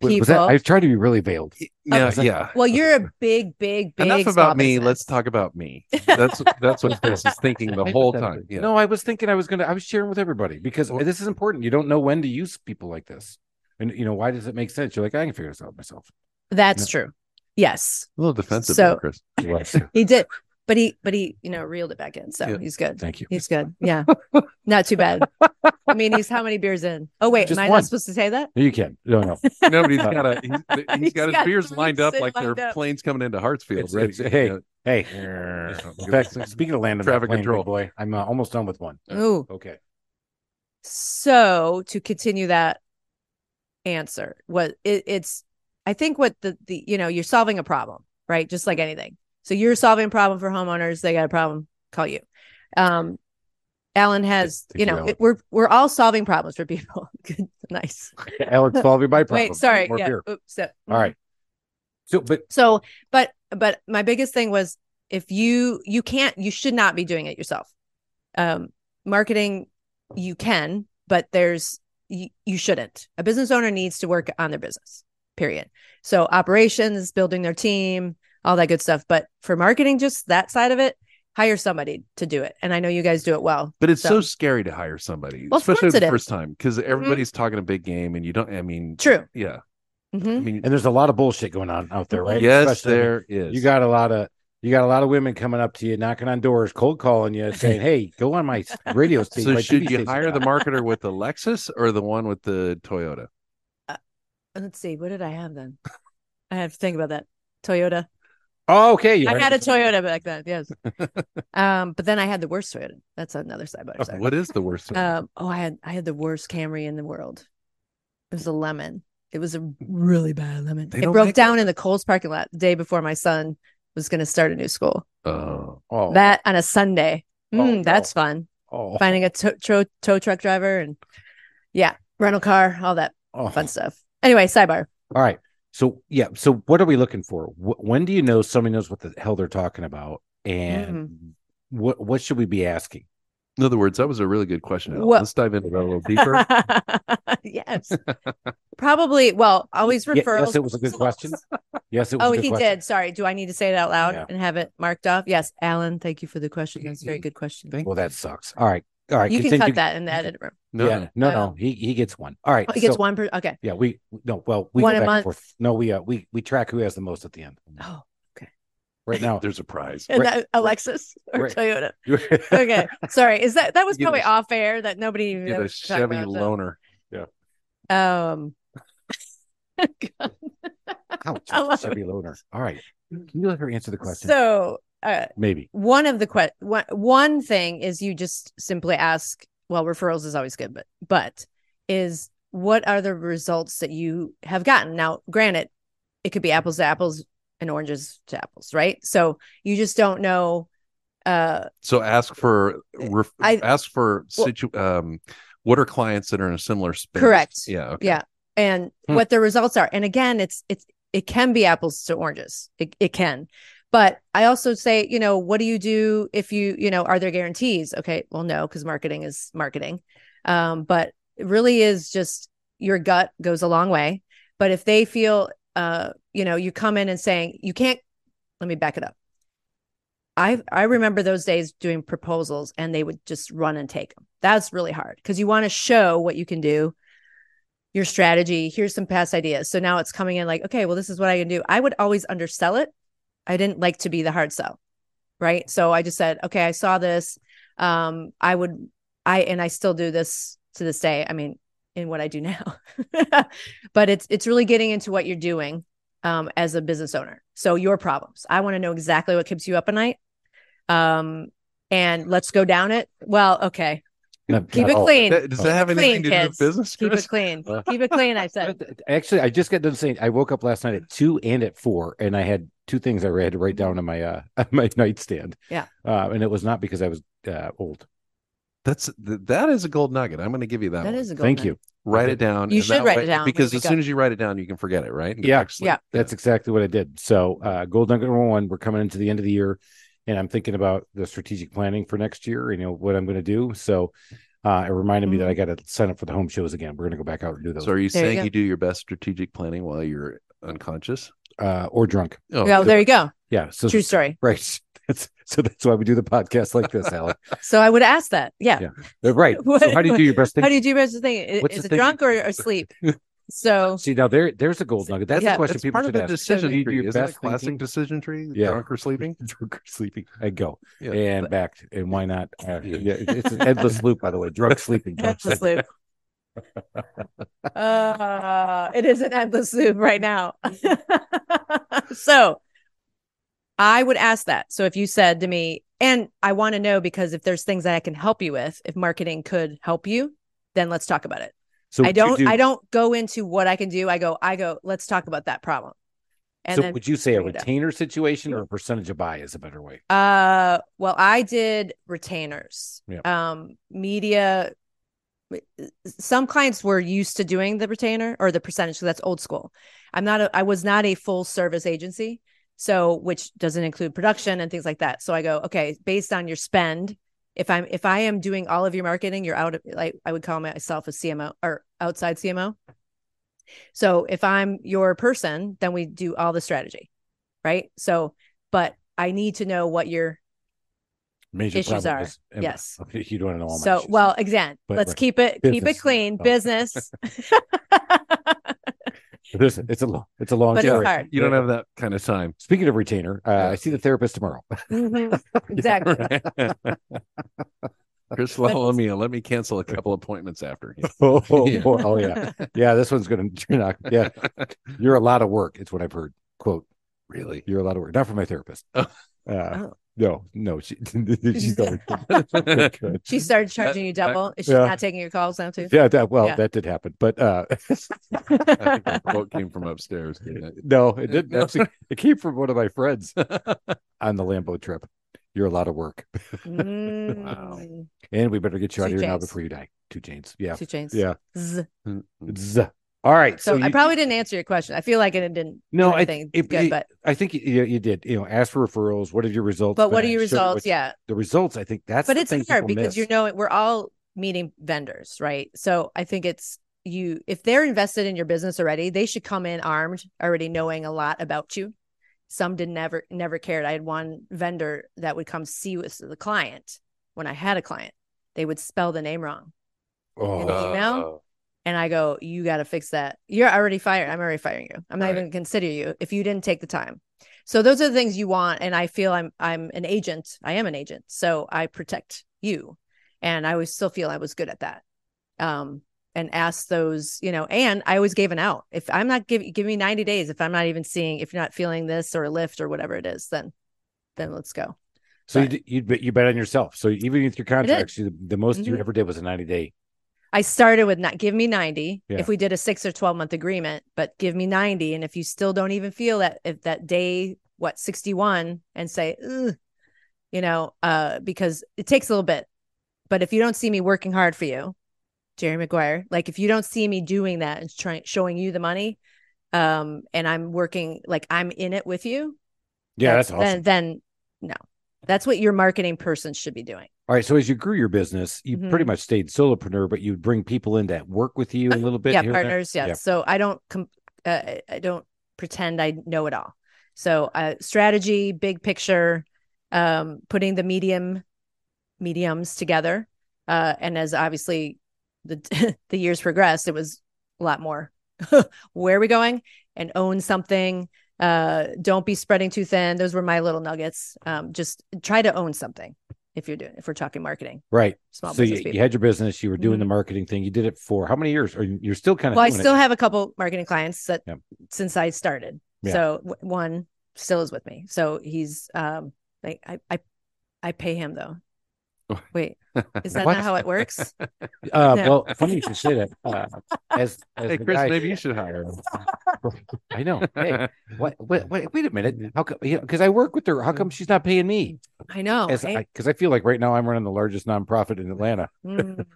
A: Was-
B: people.
A: was that- I tried to be really veiled.
C: Now,
A: is that-
C: yeah.
B: well, you're a big, big, big.
C: Enough
B: small
C: about me.
B: business.
C: Let's talk about me. That's that's what I was thinking the whole time.
A: Hypothetically.
C: Yeah.
A: No, I was thinking I was gonna I was sharing with everybody because
C: Well-
A: this is important. You don't know when to use people like this. And you know, why does it make sense? You're like, I can figure this out myself.
B: That's true. Yes,
C: A little defensive,
B: So-
C: there, Chris.
B: he did, but he, but he, you know, reeled it back in. So
C: Yeah.
B: he's good.
A: Thank you.
B: He's good. Yeah, not too bad. I mean, he's how many beers in? Oh wait,
A: Just
B: am I
A: one.
B: not supposed to say that?
A: No, you can. No, no.
C: No, but he's got a he's, he's
B: He's
C: got his
B: got
C: beers
B: three
C: lined up
B: sit
C: like they're
B: lined up.
C: planes coming into Hartsfield.
A: It's-
C: ready.
A: it's- hey,
C: Yeah.
A: Hey. In fact, speaking of land on that
C: Traffic
A: plane, big
C: control.
A: boy, I'm uh, almost done with one.
C: Uh,
B: Ooh.
A: Okay.
B: So to continue that answer, what it, it's, I think what the the you know you're solving a problem, right? Just like anything. So you're solving a problem for homeowners. They got a problem, call you. Um, Alan has,
A: Thank
B: you
A: you,
B: know,
A: Alan.
B: it- we're we're all solving problems for people. Good, nice.
A: Alex, solve your bite problem.
B: Wait, sorry.
A: More
B: yeah.
A: beer.
B: Oops, so,
A: All right. So, but
B: So, but but my biggest thing was if you you can't you should not be doing it yourself. Um marketing you can, but there's you, you shouldn't. A business owner needs to work on their business. Period. So operations, building their team, all that good stuff, but for marketing just that side of it, hire somebody to do it. And I know you guys do it well.
C: But it's so,
B: So-
C: scary to hire somebody,
B: Well, Mm-hmm. of
C: especially
B: course
C: the
B: it is.
C: first time, because everybody's talking a big game, and you don't. I mean,
B: True.
C: yeah. I
B: Mhm.
C: mean,
A: and there's a lot of bullshit going on out there, right?
C: yes,
A: Especially-
C: there is.
A: You got a lot of you got a lot of women coming up to you, knocking on doors, cold calling you, saying, "Hey, go on my radio speak."
C: So
A: my
C: should
A: TV
C: you
A: station."
C: hire the marketer with the Lexus or the one with the Toyota?
B: Let's see. What did I have then? I have to think about that. Toyota.
A: Oh, okay, you
B: I
A: hired-
B: had a Toyota back then. Yes. um, but then I had the worst Toyota. That's another side by side.
C: What is the worst one?
B: Um, oh, I had I had the worst Camry in the world. It was a lemon. It was a really bad lemon.
C: They
B: it
C: don't
B: broke
C: make
B: down in the Coles parking lot the day before my son was going to start a new school.
C: oh,
A: oh,
B: That on a Sunday.
A: Oh,
B: Mm,
A: no.
B: That's fun.
A: oh,
B: Finding a to- tro- tow truck driver and yeah, rental car, all that
A: oh.
B: fun stuff. Anyway, sidebar.
A: All right. So yeah. So what are we looking for? Wh- when do you know somebody knows what the hell they're talking about, and
B: Mm-hmm.
A: what what should we be asking?
C: in other words, that was a really good question. Al.
B: What-
C: Let's dive into that a little deeper.
B: yes. Probably. Well, always
A: Ye-
B: referrals.
A: yes, it was a good question. Yes, it was.
B: Oh,
A: a good
B: he
A: question.
B: did. Sorry. Do I need to say it out loud
A: Yeah.
B: and have it marked off? Yes, Alan. Thank you for the question. That's a very good question.
C: Thank
A: Well, that sucks. All right. All right.
B: you can
A: continue.
B: cut that in the edit room.
C: No,
A: yeah. No,
B: I
A: no. He he gets one. All right.
B: Oh, he gets
A: so-
B: one per. Okay.
A: Yeah, we no. Well, we go
B: One a
A: back and
B: month.
A: forth. No, we uh we we track who has the most at the end.
B: Oh,
A: Right now,
C: Oh, there's a prize.
B: and
A: Right.
B: that Alexis or
A: Right.
B: Toyota.
A: you-
B: Okay. Sorry. Is that that was
C: Get a-
B: probably off air that nobody even
C: Get
B: ever
C: a
B: talked
C: Chevy
B: about, so-
C: loaner.
B: Um.
A: Ouch,
B: I love
A: Chevy loaner. All right, can you let her answer the question?
B: so. Uh,
A: Maybe.
B: one of the que- one, one thing is you just simply ask well referrals is always good but but is what are the results that you have gotten now granted it could be apples to apples and oranges to apples right so you just don't know uh
C: So ask for ref,
B: Eh, I-
C: ask for
B: Well-
C: situ, um, what are clients that are in a similar space?
B: Correct.
C: Yeah. Okay.
B: yeah and
A: Hmm.
B: what the results are and again it's it's it can be apples to oranges it, it can but i also say you know what do you do if you you know are there guarantees okay well no because marketing is marketing um but it really is just your gut goes a long way but if they feel uh you know you come in and saying you can't let me back it up i i remember those days doing proposals and they would just run and take them that's really hard because you want to show what you can do your strategy. Here's some past ideas. So now it's coming in like, okay, well, this is what I can do. I would always undersell it. I didn't like to be the hard sell. Right. So I just said, okay, I saw this. um i would i and i still do this to this day i mean in what i do now but it's it's really getting into what you're doing um as a business owner so your problems i want to know exactly what keeps you up at night um and let's go down it well okay
A: Not-
B: keep
A: not
B: it
A: all.
B: clean
C: That- does that have
B: Clean,
C: anything to do
B: kids.
C: with business?
B: keep
C: Chris?
B: it clean
A: Uh,
B: keep it clean i said
A: But Actually, I just got done saying I woke up last night at two and at four, and I had two things I had to write down on my uh on my nightstand.
B: Mm-hmm. Yeah.
A: uh, and it was not because I was uh, old.
C: That's th- that is a gold nugget. I'm going to give you that.
B: that
C: one.
B: is a good
A: Thank
B: one.
A: you.
C: write it down.
B: You
C: and
B: should
C: that
B: write
C: way-
B: it down when
C: because
B: you
C: as
B: wake up.
C: soon as you write it down, you can forget it, right? And go
A: Yeah.
C: back to sleep.
B: Yeah.
A: That's exactly what I did. So, uh, gold nugget number one. We're coming into the end of the year, and I'm thinking about the strategic planning for next year. You know what I'm going to do. So, uh, it reminded me that I
B: Mm-hmm.
A: got to sign up for the home shows again. We're going to go back out and do those,
C: So are you
B: There you
C: saying
B: go.
C: you do your best strategic planning while you're unconscious?
A: uh, or drunk.
C: Oh,
B: well there you go
A: Yeah. So
B: true story
A: Right. That's, so that's why we do the podcast like this, Alec.
B: so i would ask that yeah
A: Yeah. right. So
B: What-
A: how do you do your best thing?
B: how do you do best thing I-
A: What's
B: is
A: the
B: it
A: thing-
B: drunk or, or sleep so
A: See now there there's a gold nugget. That's
B: Yeah,
A: the question
C: that's
A: people
C: part of
A: should
C: the
A: ask.
C: decision
A: Do you do
C: tree.
A: your
C: Isn't
A: best
C: it classic
A: thinking?
C: decision tree?
A: Yeah.
C: Drunk or sleeping?
A: drunk or sleeping. I go
C: Yeah.
A: and back and why not? Uh, yeah, it's an endless loop, by the way. Drunk sleeping. Drunk
B: endless
A: sleeping.
B: loop. uh, it is an endless loop right now. so I would ask that. So if you said to me, and I want to know because if there's things that I can help you with, if marketing could help you, then let's talk about it.
A: So
B: I
A: would you
B: don't
A: do-
B: I don't go into what I can do. I go, I go, let's talk about that problem. And
A: So
B: then
A: would you say a
B: bring it up.
A: retainer situation or a percentage of buy is a better way?
B: Uh, well, I did retainers.
A: Yeah.
B: Um, media. Some clients were used to doing the retainer or the percentage, so that's old school. I'm not. A, I was not a full service agency, so which doesn't include production and things like that. So I go, okay, based on your spend, if I'm if I am doing all of your marketing, you're out of like I would call myself a CMO or outside CMO. So if I'm your person, then we do all the strategy, right? So, but I need to know what you're
A: Major
B: Issues
A: problem
B: are,
A: is- and-
B: yes.
A: You don't know all my
B: so
A: issues.
B: well again.
A: But-
B: let's
A: right.
B: keep it keep
A: Business.
B: it clean,
A: Oh.
B: business.
A: There's- it's a long it's a long
B: But it's
A: story.
B: hard.
C: You don't have that kind of time.
A: Speaking of retainer, uh, I see the therapist tomorrow.
B: Mhm. Exactly.
C: Chris Lalomia, let me cancel a couple appointments after. you.
A: oh, oh,
C: Yeah.
A: boy. oh yeah. Yeah, this one's gonna you're not yeah. You're a lot of work, it's what I've heard. Quote,
C: Really?
A: you're a lot of work. Not for my therapist. Uh,
C: Oh.
A: no, no, she she's always good.
B: She started charging you double. Is she
A: yeah.
B: not taking your calls now too?
A: Yeah, that well,
B: Yeah.
A: that did happen. But uh
C: I think that quote came from upstairs. didn't
A: no, it didn't
C: No.
A: actually it came from one of my friends
C: it?
A: on the Lambo trip. You're a lot of work.
B: Mm.
A: And we better get you out of
B: Two
A: here now
B: Janes.
A: before you die. Two Janes. Yeah.
B: Two chains.
A: Yeah.
B: Zzz.
A: Z- All right.
B: So, I
A: you-
B: probably didn't answer your question. I feel like it didn't
A: No, I-
B: anything
A: it-
B: good,
A: it-
B: but
A: I think you, you did. You know, ask for referrals. What have your results?
B: but what are
A: been?
B: your
A: Show
B: results?
A: what-
B: yeah.
A: the results. I think that's.
B: But
A: the
B: it's
A: thing
B: hard
A: people
B: because you
A: miss.
B: know it- we're all meeting vendors, right? So I think it's you if they're invested in your business already, they should come in armed, already knowing a lot about you. Some did never never cared. I had one vendor that would come see us the client when I had a client. They would spell the name wrong.
A: Oh,
B: in the email? And I go, you got to fix that. You're already fired. I'm already firing you. I'm not
C: Right.
B: even consider you if you didn't take the time. So those are the things you want. And I feel I'm I'm an agent. I am an agent. So I protect you. And I always still feel I was good at that. Um, and ask those, you know, and I always gave an out. If I'm not giving give me 90 days, if I'm not even seeing, if you're not feeling this or a lift or whatever it is, then then let's go.
A: so you, d- you bet you bet on yourself. So even with your contracts, you, the most you
B: Mhm.
A: ever did was a ninety day.
B: I started with not give me 90.
A: Yeah.
B: If we did a six or 12 month agreement, but give me 90. And if you still don't even feel that if that day, what 61 and say, "Ugh," you know, uh, because it takes a little bit, but if you don't see me working hard for you, Jerry Maguire, like if you don't see me doing that and trying, showing you the money, um, and I'm working, like I'm in it with you.
A: Yeah, that's, awesome.
B: Then, then no, that's what your marketing person should be doing.
A: All right. So as you grew your business, you pretty
B: Mhm.
A: much stayed solopreneur, but you'd bring people in that work with you a little bit.
B: yeah
A: here and there.
B: partners yeah.
A: Yeah.
B: so i don't com- uh, I- i don't pretend i know it all so uh, strategy big picture um putting the medium mediums together uh and as obviously the the years progressed it was a lot more where are we going and own something uh don't be spreading too thin those were my little nuggets um just try to own something if you're doing if we're talking marketing,
A: Right.
B: small
A: so you,
B: business
A: you
B: people.
A: had your business, you were doing the
B: Mhm.
A: marketing thing. You did it for how many years? Or you're still kind of
B: well, I
A: doing it.
B: still have a couple marketing clients that
A: Yep.
B: since I started.
A: Yeah.
B: So w- one still is with me. So he's um like I I, I pay him though. Wait, is that
A: What?
B: not how it works?
A: Uh,
B: Yeah.
A: Well, funny you should say that. Uh, as as
C: Hey,
A: the
C: Chris,
A: guy-
C: maybe you should hire him.
A: I know. Hey, what, what, wait, wait a minute. How come? Because I work with her. How come she's not paying me?
B: I know.
A: Because
B: right?
A: I, 'cause I feel like right now I'm running the largest nonprofit in Atlanta.
B: Mm.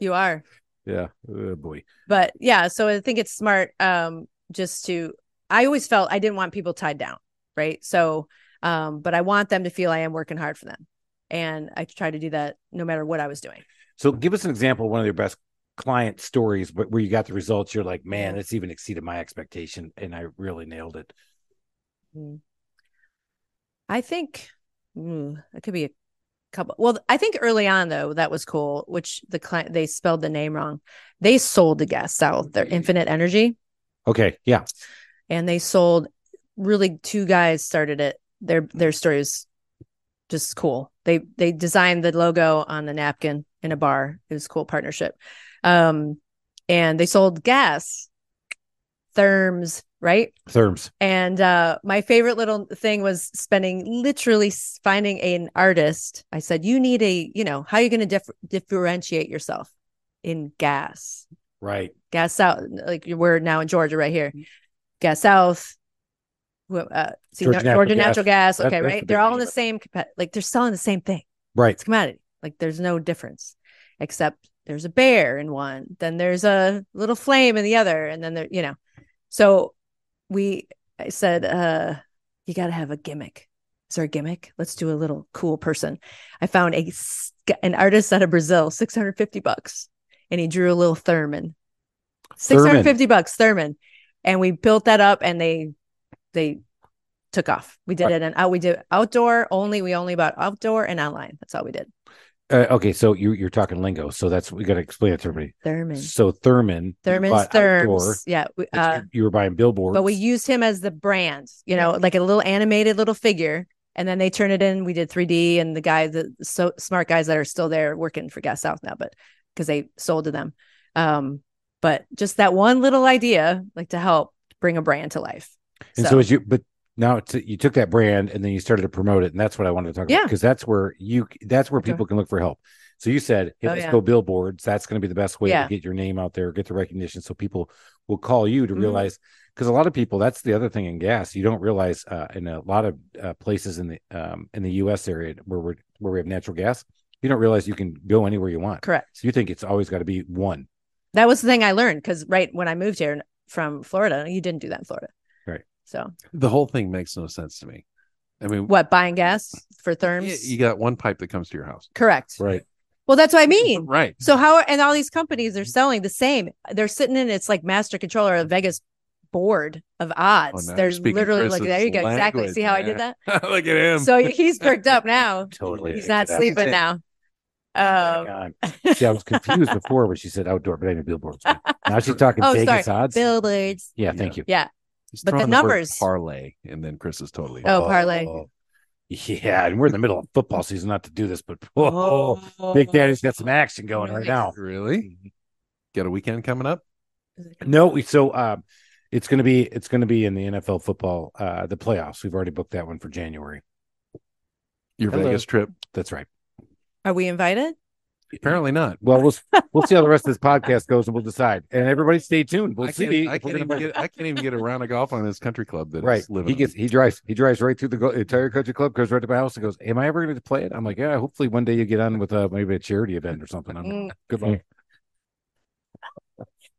B: you are.
A: Yeah. Oh, boy.
B: but yeah so i think it's smart um just to i always felt i didn't want people tied down right so um but i want them to feel i am working hard for them and i try to do that no matter what i was doing
A: So give us an example of one of your best client stories but where you got the results. You're like, man, this even exceeded my expectation. And I really nailed it.
B: i think mm, it could be a couple well i think early on though that was cool which the client they spelled the name wrong they sold to gas south their infinite energy
A: Okay. Yeah.
B: and they sold really two guys started it their their story was just cool they they designed the logo on the napkin in a bar it was a cool partnership um and they sold gas therms right
A: Therms.
B: and uh, my favorite little thing was spending literally s- finding an artist. I said, "You need a, you know, how are you going to dif- differentiate yourself in gas?"
A: Right.
B: gas south like we're now in georgia right
A: Mm-hmm.
B: here gas south who- uh, see,
A: Georgia Natural Gas.
B: georgia, georgia natural gas
A: That-
B: okay
A: that's the
B: right they're all in the
A: big
B: same compa- like they're selling the same thing
A: Right.
B: it's a commodity like there's no difference except there's a bear in one then there's a little flame in the other and then there you know so we i said uh you got to have a gimmick is there a gimmick let's do a little cool person i found a s- an artist out of brazil 650 bucks and he drew a little Thurman. 650 bucks Thurman. And we built that up and they they took off. We did
A: Right.
B: it and out we did outdoor only. We only bought outdoor and online. That's all we did.
A: Uh, okay. So you, you're talking lingo. So that's, we got to explain it to everybody.
B: Thurman.
A: So Thurman,
B: Thurman's
A: bought outdoor,
B: Therms. Yeah. we-
A: which
B: uh,
A: you- you were buying billboards.
B: but we used him as the brand, you know, like a little animated little figure. And then they turn it in. We did 3D and the guy, the so smart guys that are still there working for Gas South now, but because they sold to them. Um, but just that one little idea, like to help bring a brand to life.
A: And so, as you, but now it's, you took that brand and then you started to promote it, and that's what I wanted to talk about
B: Yeah.
A: because that's where you that's where
B: Sure.
A: people can look for help. So you said, hey,
B: Oh,
A: let's
B: yeah.
A: go billboards. That's going to be the best way
B: Yeah.
A: to get your name out there, get the recognition, so people will call you to
B: Mhm.
A: realize. Because a lot of people, that's the other thing in gas, you don't realize uh, in a lot of uh, places in the um, in the U.S. area where we're where we have natural gas, you don't realize you can go anywhere you want.
B: correct.
A: So you think it's always got to be one.
B: That was the thing I learned because right when I moved here from Florida, you didn't do that in Florida.
A: Right.
B: So
C: The whole thing makes no sense to me. I mean,
B: what buying gas for
C: y-
B: therms?
C: you got one pipe that comes to your house.
B: correct.
A: Right.
B: Well, that's what I mean.
C: Right.
B: So how and all these companies they're selling the same. They're sitting in it's like master controller of Vegas board of odds.
C: now you're
B: They're
C: Oh, speaking
B: literally like
C: Chris's
B: there you go. Exactly.
C: language,
B: See how I
C: man.
B: did that?
C: Look at him.
B: So he's perked up now.
A: Totally.
B: He's not
A: Yeah.
B: sleeping now. Um
A: God. See, I was confused before when she said outdoor, but I knew billboards. Now she's talking
B: Oh,
A: Vegas
B: sorry.
A: odds.
B: billboards.
A: yeah, thank you.
C: He's
B: but the
C: throwing word
B: numbers-
C: parlay, and then Chris is totally.
B: Oh, parlay.
A: Yeah, and we're in the middle of football season, not to do this, but oh, Big Daddy's got some action going right now.
C: Really? Got a weekend coming up?
A: No, we- so um, it's gonna be it's gonna be in the NFL football, uh, the playoffs. We've already booked that one for January.
C: Your
A: Hello.
C: Vegas trip?
A: That's right.
B: Are we invited?
C: Apparently not.
A: Well, we'll we'll see how the rest of this podcast goes, and we'll decide. And everybody, stay tuned. We'll
C: I can't,
A: see.
C: I,
A: if we're
C: can't even
A: gonna-
C: get, I can't even get a round of golf on this country club that
A: right.
C: is living.
A: He gets he drives he drives right through the go- entire country club, goes right to my house, and goes, "Am I ever going to play it?" I'm like, "Yeah, hopefully one day you get on with uh, maybe a charity event or something." I'm,
B: Mm.
A: Good luck.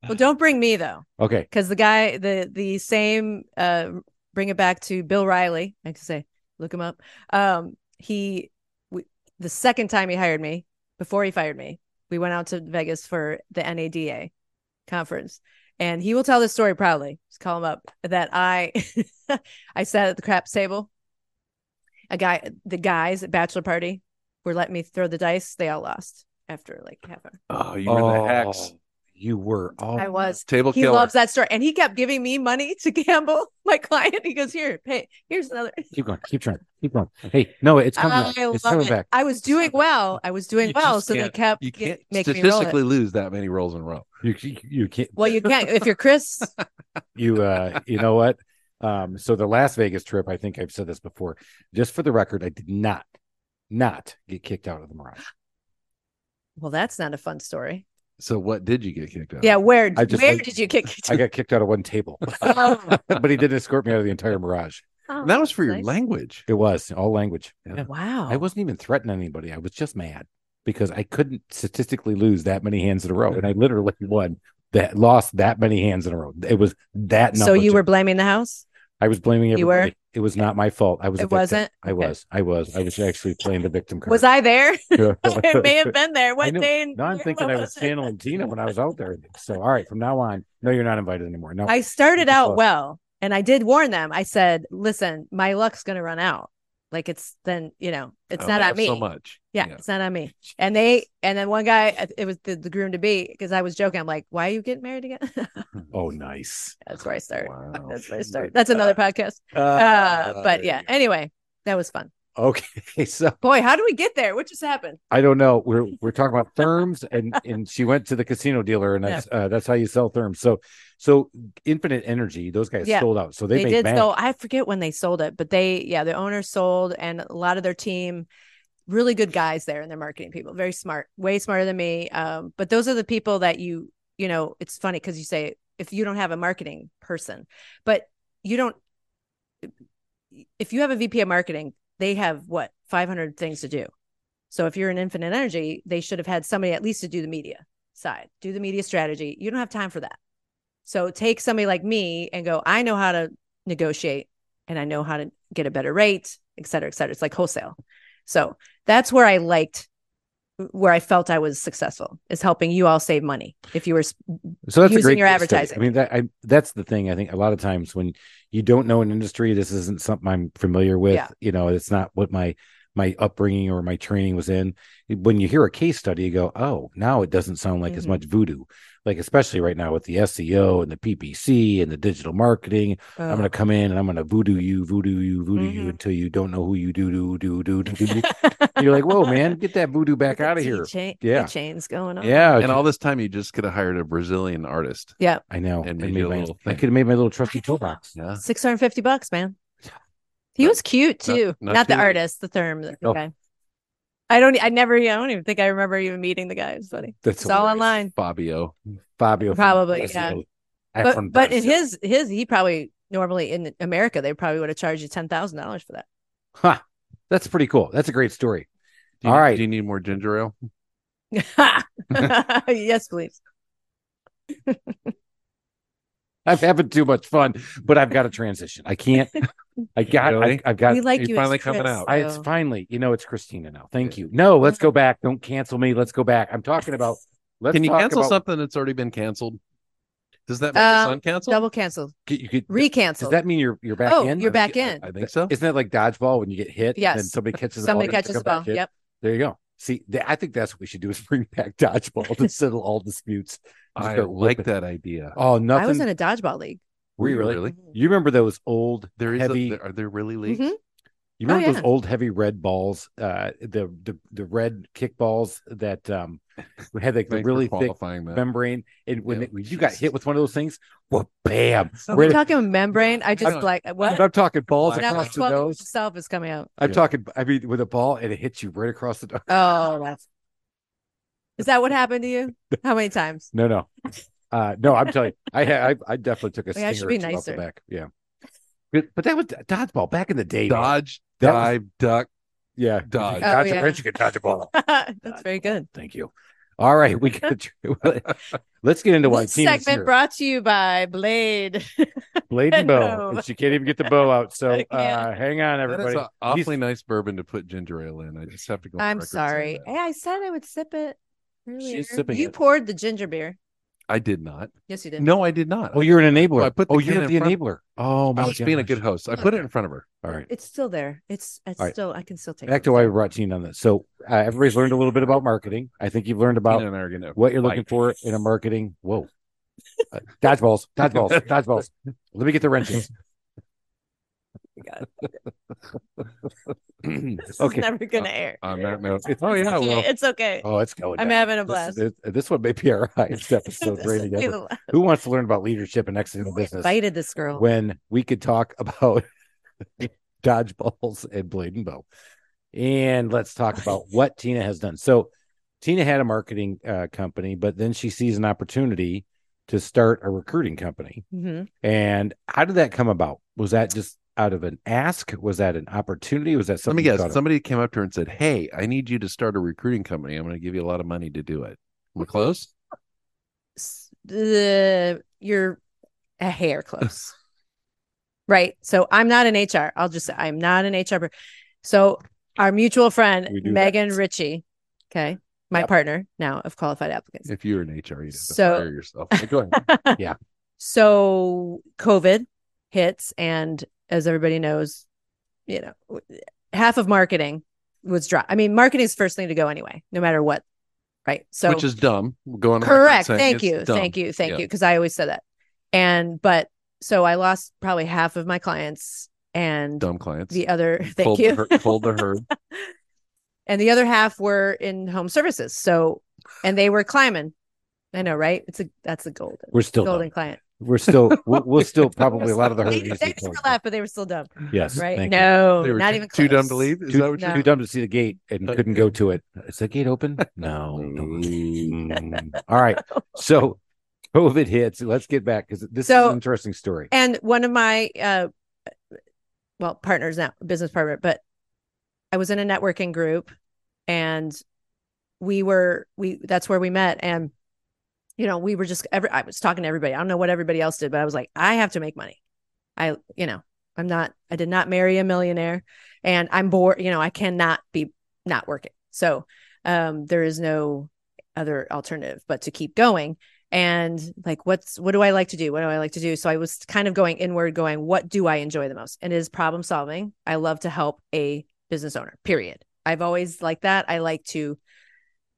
B: Well, don't bring me though.
A: Okay,
B: because the guy the the same uh bring it back to bill riley i could say look him up um he we, the second time he hired me before he fired me we went out to vegas for the nada conference and he will tell this story proudly just call him up that i i sat at the craps table a guy the guys at bachelor party were letting me throw the dice they all lost after like half hour
C: Oh, you were the
A: Oh,
C: hacks.
A: You were all
B: I was.
C: Table
B: he
C: killer.
B: loves that story, and he kept giving me money to gamble. My client, he goes, "Here, pay. Here's another."
A: keep going, keep trying, keep going. Hey, no, it's coming.
B: I
A: back. It's
B: love
A: coming
B: it.
A: back.
B: I was doing well. I was doing
C: You
B: well,
C: just
B: so they
C: can't-
B: kept
C: You
B: get-
C: can't
B: making me roll it.
C: statistically lose that many rolls in a row.
A: You, you you can't
B: Well, you can't if you're Chris.
A: you uh you know what um so the las vegas trip i think i've said this before just for the record i did not not get kicked out of the mirage
B: Well, that's not a fun story.
C: So what did you get kicked out? of?
B: Yeah, where
A: I just-
B: where
A: I-
B: did you get kicked?
A: i got kicked out of one table
B: Oh,
A: but he didn't escort me out of the entire mirage
B: oh,
C: And that was for your
B: nice.
C: language.
A: it was all language
C: Yeah.
B: Wow.
A: i wasn't even threatening anybody i was just mad because i couldn't statistically lose that many hands in a row and i literally won that lost that many hands in a row it was that number
B: so you
A: two.
B: were blaming the house?
A: i was blaming
B: you were?
A: everybody it was not my fault i was a
B: It
A: victim.
B: wasn't?
A: i
B: Okay.
A: was i was i was actually playing the victim card
B: Was I there? I may
A: Yeah.
B: have been there. What
A: know.
B: day? and
A: No, I'm
B: year
A: thinking I was
B: was it?
A: channeling Tina when I was out there. So, all right, from now on, no, you're not invited anymore.
C: Oh,
A: No,
B: I started
A: Just
B: out
A: lost.
B: well, and I did warn them. I said, "Listen, my luck's going to run out. Like it's then, you know, it's
C: Oh,
B: not
C: I
B: on
C: have
B: me.
C: So much.
B: Yeah, it's not on me." And they, and then one guy, it was the, the groom to be, because I was joking. I'm like, "Why are you getting married again?"
A: oh, nice.
B: That's where I start.
C: Wow.
B: That's where I start. That's another podcast.
A: Uh,
B: Uh,
C: there
B: but yeah.
C: you go.
B: Anyway, that was fun.
A: okay, so
B: Boy, how do we get there? What just happened?
A: I don't know. We're we're talking about therms, and and she went to the casino dealer, and
B: Yeah.
A: that's uh, that's how you sell therms. So, so infinite energy, those guys
B: Yeah.
A: sold out. So they,
B: They,
A: made
B: did.
A: bank.
B: So I forget when they sold it, but they, yeah, the owner sold, and a lot of their team, really good guys there, and their marketing people, very smart, way smarter than me. Um, but those are the people that you, you know, it's funny because you say if you don't have a marketing person, but you don't. If you have a VP of marketing, they have what 500 things to do. So if you're in infinite energy, they should have had somebody at least to do the media side, do the media strategy. You don't have time for that. So take somebody like me and go, I know how to negotiate and I know how to get a better rate, et cetera, et cetera. It's like wholesale. So that's where I liked where I felt I was successful is helping you all save money. If you were, s-
A: so that's a
B: using
A: great
B: your
A: case study.
B: advertising.
A: I mean, that I, that's the thing. I think a lot of times when you don't know an industry, this isn't something I'm familiar with.
B: Yeah.
A: You know, it's not what my my upbringing or my training was in. When you hear a case study, you go, "Oh, now it doesn't sound like as
B: Mhm.
A: much voodoo." Like especially right now with the SEO and the PPC and the digital marketing,
B: uh,
A: I'm going to come in and I'm going to voodoo you, voodoo you, voodoo you
C: Mm-hmm.
B: Mhm.
A: until you don't know who you do do do do do. do. You're like, "Whoa, man, get that voodoo back out of here!" Yeah.
B: yeah. chains going on.
A: Yeah,
C: And all this time, you just could have hired a Brazilian artist.
A: I know.
C: And
A: I,
C: made
A: made
C: you a
A: my-
C: little
A: I
C: thing.
A: could have made my little trusty toolbox.
C: Yeah.
B: 650 bucks, man. He was cute
C: not-
B: too.
C: not
B: Not, the
C: too-
B: artist, the therm. the
A: Oh.
B: guy. I don't, e, I never, I don't even think I remember even meeting the guy. It's funny.
A: That's
B: It's all
A: hilarious.
B: online.
C: Fabio.
A: Fabio. from
B: Probably,
A: Brazil.
B: yeah.
A: I'm
B: but
A: from
B: but in
A: Brazil.
B: his his he probably normally in America they probably would have charged you ten thousand dollars for that.
A: Huh. that's pretty cool. That's a great story.
C: Do you,
A: All right.
C: Do you need more ginger ale?
B: yes, please.
A: I'm having too much fun, but I've got to transition. I can't. I got.
C: Really?
A: I, have got.
B: we like
C: he's
B: you.
C: finally
B: as
C: coming
B: Chris,
C: out.
A: I, it's
B: so-
A: finally. You know, it's Christina now. Thank you. No, let's go back. Don't cancel me. Let's go back. I'm talking about. Let's
C: Mm-hmm. Can you
A: talk
C: cancel
A: about-
C: something that's already been canceled? Does that make
B: Um,
C: us uncanceled?
B: Double canceled,
A: Could- you could- Does
B: recanceled.
A: that mean you're you're back
B: Oh,
A: in?
B: you're
C: I think-
B: back in.
C: I, I think so.
A: Isn't that like dodgeball when you get hit? And then
B: Yes.
A: somebody catches. the ball,
B: Somebody
A: you have to
B: catches the
A: come back
B: ball.
A: in?
B: Yep.
A: There you go. See, th- I think that's what we should do is bring back dodgeball to settle all disputes. Just
C: I
A: start
C: like
A: whipping.
C: that idea.
A: Oh, nothing.
B: I was in a Mm. dodgeball league.
A: Were you
C: Were you
A: really?
C: really?
A: You remember those old
C: There is.
A: heavy?
C: A, there, are there really leagues?
B: Mhm.
A: you
B: Oh,
A: remember
B: yeah.
A: those old heavy red balls? Uh, the the the red kick balls that um had like the
C: Thanks
A: really
C: for
A: thick
C: qualifying that.
A: membrane, and when,
C: Yeah.
A: it- when you got hit with one of those things, well, bam!
B: Are
A: Really-
B: we talking membrane? I just
C: on.
B: like what?
A: I'm talking balls
C: Black
B: Now
A: across
C: out.
A: the
B: 12
A: nose.
B: Self is coming out.
A: I'm
C: Yeah.
A: talking. I mean, with a ball and it hits you right across the.
B: Oh, that's. Is that what happened to you? How many times?
A: No, no, uh, no. I'm telling you, I had. I, I definitely took a
B: Like, I
A: stinger or
B: should be
A: two off the
B: nicer.
A: back. Yeah, but, but that was dodgeball back in the day. man.
C: Dodge,
A: That was-
C: dive, duck.
A: Yeah,
C: Dodge.
B: Oh,
A: dodge
B: yeah.
A: wrench, you can dodge a ball.
B: that's very good.
A: Thank you. All right, we got. to- Let's get into why
B: This
A: Tina's
B: segment
A: here.
B: brought to you by Blade.
A: Blade and bow.
B: No.
A: and She can't even get the bow out. So
B: I
A: uh,
B: can't.
A: hang on,
C: That is
A: everybody.
C: an awfully nice bourbon to put ginger ale in. I just have to go. on
B: I'm
C: record saying
B: sorry.
C: that.
B: Hey, I said I would sip it. Earlier.
A: sipping
B: you
A: it.
B: poured the ginger beer.
C: I did not.
B: Yes, you did.
C: No, I did not.
A: Oh, you're an enabler.
C: I put the
A: oh,
C: can
A: you're
C: in
A: the
C: front-
A: enabler. Oh, my
C: I was being a
A: gosh.
C: good host. I put it in front of her.
A: All right.
B: It's still there. It's it's
A: All right.
B: still I can still take
A: Back to why we brought Tina on this. So uh, everybody's learned a little bit about marketing. I think you've learned about
C: Tina and I are gonna
A: what you're looking
C: fight.
A: for in a marketing. Whoa. Uh, dodgeballs, dodgeballs, dodgeballs. Let me get the wrenches. okay.
B: This
A: Uh,
B: is never gonna air.
C: on that note. Oh yeah,
B: okay.
C: well
B: it's okay.
A: Oh, it's going.
B: I'm
A: down.
B: having a
A: This
B: blast.
A: is- This, this one may be our highest episode
B: This
A: rating
B: will be
A: ever.
B: the last.
A: Who wants to learn about leadership and exiting
B: Who
A: business
B: invited this girl?
A: when we could talk about dodgeballs and blade and bow? And let's talk about what Tina has done. So, Tina had a marketing uh, company, but then she sees an opportunity to start a recruiting company.
B: hmm
A: And how did that come about? Was that just out of an ask? Was that an opportunity? Was that
C: let me
A: something? you thought
C: guess.
A: of?
C: Somebody came up to her and said, Hey, I need you to start a recruiting company. I'm gonna give you a lot of money to do it. Am I close?
B: S- the you're a hair close. right. So I'm not an HR. I'll just say I'm not an HR. per- So our mutual friend
A: We do that.
B: Megan Ritchie, okay, my
A: Yep.
B: partner now of qualified applicants.
C: If you're an HR, you'd E, have to
B: So-
C: fire yourself. Okay, Go ahead.
B: So COVID hits, and as everybody knows, you know, w- half of marketing was dry. I mean, marketing is first thing to go anyway, no matter what, right? So
C: Which is dumb. We'll Go on record
B: correct.
C: saying
B: Thank
C: it's
B: you,
C: dumb.
B: thank you, thank
C: Yeah.
B: you, because I always said that. And but so I lost probably half of my clients, and
C: Dumb clients.
B: the other, thank
C: Fold
B: you,
C: The herd, fold the herd.
B: and the other half were in home services. So, and they were climbing. I know, right? It's a that's a golden
A: We're still
B: golden
A: dumb.
B: client.
A: We're still. We'll, we'll still probably a lot of the
B: They,
A: herd. needs to
B: they
A: be
B: still
A: closed.
B: laugh, but they were still dumb.
A: Yes.
B: right?
A: thank
B: No,
C: They were
B: not
C: too,
B: even
C: too dumb to
B: close.
C: leave. Is
A: you.
C: that what
A: Too,
B: No.
A: too dumb to see the gate and
C: Okay.
A: couldn't go to it. Is the gate open? No.
C: you're
A: no. Mm. All right. So COVID hits. Let's get back because this is
B: So-
A: an interesting story.
B: And one of my uh well, partners now, business partner, but I was in a networking group and we were we that's where we met and you know, we were just every I was talking to everybody. I don't know what everybody else did, but I was like, I have to make money. I you know, I'm not I did not marry a millionaire and I'm bored, you know, I cannot be not working. So, um there is no other alternative but to keep going and like what's what do i like to do what do i like to do so i was kind of going inward going what do i enjoy the most and it is problem solving i love to help a business owner period i've always liked that i like to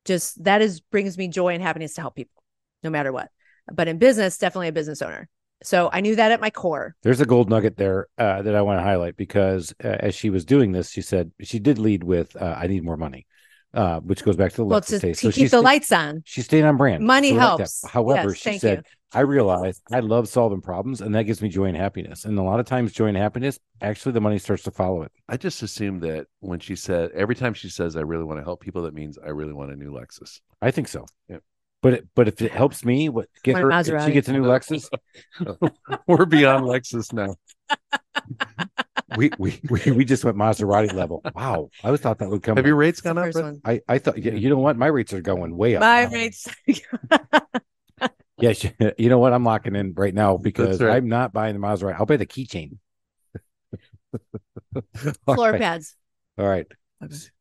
B: just that is brings me joy and happiness to help people no matter what but in business definitely a business owner so i knew that at my core
A: There's a gold nugget there uh, that I want to highlight because uh, as she was doing this, she said she did lead with uh, "I need more money," uh, which goes back to the
B: well
A: left
B: to, to
A: taste.
B: keep the lights on
A: She stayed on brand.
B: Money
A: So I like that.
B: helps.
A: However,
B: Yes,
A: she
B: thank
A: said,
B: you.
A: I realize I love solving problems and that gives me joy and happiness. And a lot of times, joy and happiness, actually, the money starts to follow it.
C: I just assume that when she said every time she says I really want to help people, that means I really want a new Lexus.
A: I think so.
C: Yep.
A: But it, but if it helps me, what get
B: My
A: her? If she
B: Maserati.
A: gets a new Lexus.
C: We're beyond Lexus now.
A: we, we we we just went Maserati level. Wow, I always thought that would come.
C: Have your rates
B: the
C: gone up?
B: first
C: Brett?
B: one
A: I I thought yeah, you know what my rates are going way up.
B: my
A: now.
B: rates
A: Yeah, she- you know what I'm locking in right now because
C: right.
A: I'm not buying the Maserati. I'll buy the keychain. All
B: floor
A: right.
B: pads
A: All right.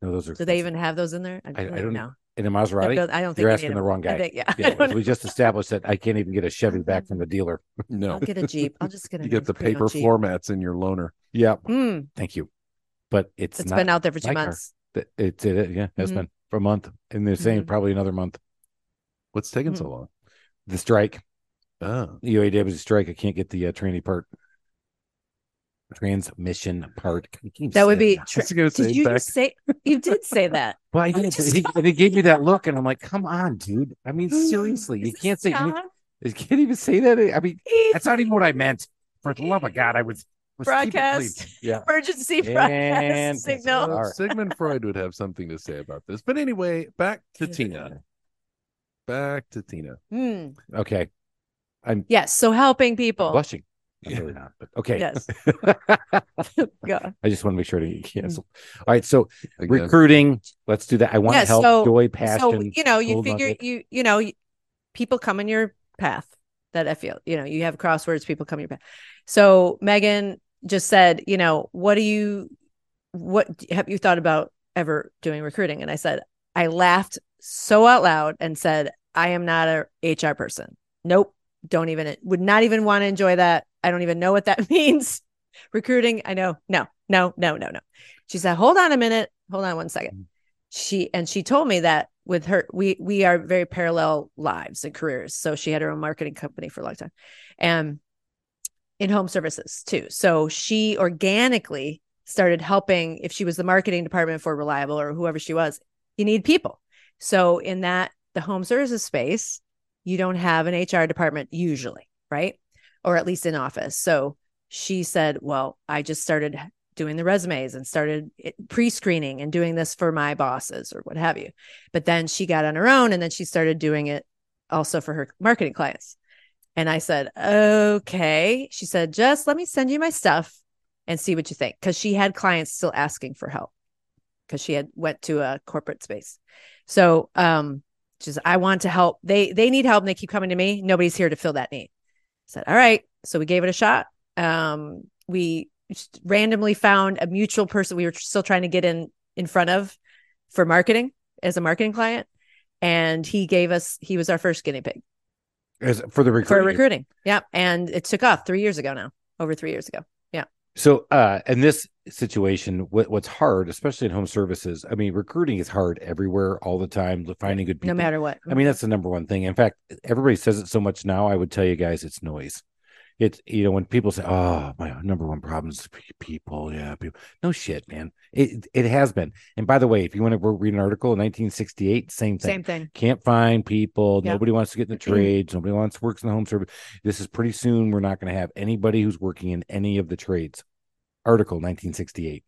A: No, those are.
B: do they even have those in there i
A: I
B: don't,
A: don't
B: know
A: in a
B: I
A: Maserati?
B: don't, I don't think
A: You're
B: they
A: asking
B: need
A: the
B: them.
A: wrong
B: I
A: guy.
B: think- yeah, I
A: Yeah,
B: don't
A: because we just established that I can't even get a Chevy back from the dealer.
C: No.
B: I'll get a Jeep. I'll just get a
C: You get
B: nice
C: the
B: green
C: paper
B: old Jeep.
C: formats in your loaner.
A: Yeah,
B: Mm,
A: thank you. But it's,
B: it's
A: not.
B: been out there for two
A: my car.
B: months.
A: th- It's it, it- yeah, it's
B: Mhm.
A: been for a month, and they're saying
B: Mhm.
A: probably another month.
C: What's taking
B: Mm-hmm.
C: so long?
A: The strike, E
C: Oh.
A: the UAW strike. I can't get the uh, tranny part, transmission part. I keep
B: That would be.
A: saying
B: Tra-
C: was gonna say
B: did you
C: back-
B: just say you did say that?
A: Well, I did, but
B: just-
A: he, but he gave me that look, and I'm like, "Come on, dude! I mean, seriously,
B: Is
A: you
B: this
A: can't say any-
B: John? E.
A: you can't even say that. I mean,
B: He-
A: that's not even what I meant. For the love of God, I was, was keep it clean.
B: Broadcast.
A: Yeah,
B: emergency
A: And-
B: broadcast
A: All
B: signal.
A: right.
C: Uh, Sigmund Freud would have something to say about this. But anyway, back to Tina. Back to Tina.
B: Mm.
A: okay.
B: Yes. So helping people.
A: Blushing. I'm
C: Yeah.
A: really not, but okay.
B: Yes. Yeah.
A: I just want to make sure to get canceled. All right, so
C: Again.
A: recruiting. Let's do that. I want
B: Mm-hmm. Yeah,
A: to help,
B: so-
A: joy,
B: So
A: passion.
B: you know, you
A: gold
B: figure
A: nugget.
B: you you know, you- people come in your path. That I feel, you know, you have crosswords, people come in your path. So Megan just said, you know, what do you, what have you thought about ever doing recruiting? And I said, I laughed so out loud and said, I am not a HR person. nope, don't even would not even want to enjoy that. I don't even know what that means. Recruiting, I know. No, no, no, no, no. She said, "Hold on a minute. Hold on one second. She and she told me that with her we we are very parallel lives and careers. So she had her own marketing company for a long time. And in home services too. So she organically started helping if she was the marketing department for reliable or whoever she was you need people so in that the home services space you don't have an hr department usually right or at least in office so she said well i just started doing the resumes and started eh, pre-screening and doing this for my bosses or what have you but then she got on her own and then she started doing it also for her marketing clients and i said okay she said just let me send you my stuff and see what you think because she had clients still asking for help because she had went to a corporate space so um just i want to help they they need help and they keep coming to me nobody's here to fill that need I said all right so we gave it a shot um we randomly found a mutual person we were still trying to get in in front of for marketing as a marketing client and he gave us he was our first guinea pig
A: As, for the recruiting.
B: for recruiting yeah and it took off three years ago now over three years ago
A: So, uh, in this situation, what, what's hard, especially in home services, I mean, recruiting is hard everywhere, all the time. Finding good people,
B: no matter what
A: I mean, that's the number one thing. In fact, everybody says it so much now. I would tell you guys, it's noise. It's you know when people say, "Oh, my number one problem is pe- people." Yeah, people. No shit, man. It it has been. And by the way, if you want to read an article in 1968, same thing.
B: same thing
A: Can't find people.
B: Yeah.
A: Nobody wants to get in the trades. Nobody wants works in the home service. This is pretty soon. We're not going to have anybody who's working in any of the trades. Article 1968.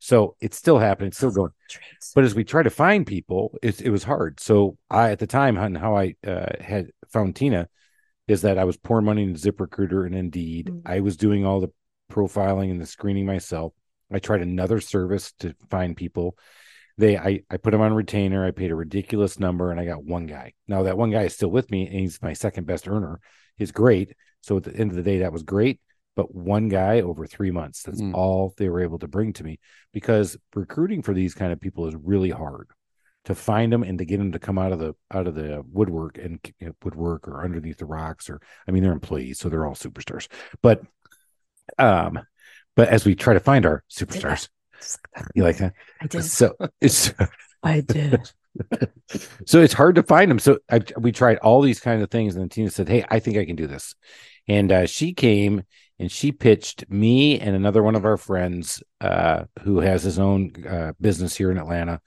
A: So it's still happening. It's still going
B: Trades.
A: but as we try to find people it, it was hard so i at the time and how i uh, had found tina is that i was pouring money into ziprecruiter and indeed
B: Mhm.
A: i was doing all the profiling and the screening myself i tried another service to find people they I, I put him on retainer i paid a ridiculous number and i got one guy now that one guy is still with me and he's my second best earner he's great so at the end of the day that was great but one guy over three months that's
C: Mm.
A: all they were able to bring to me because recruiting for these kind of people is really hard to find them and to get them to come out of the out of the woodwork and you know, woodwork or underneath the rocks or i mean they're employees so they're all superstars but um but as we try to find our superstars you like that
B: i did
A: so it's
B: i did
A: so it's hard to find them. So I, we tried all these kinds of things, and then Tina said, "Hey, I think I can do this," and uh, she came and she pitched me and another one of our friends uh, who has his own uh, business here in Atlanta,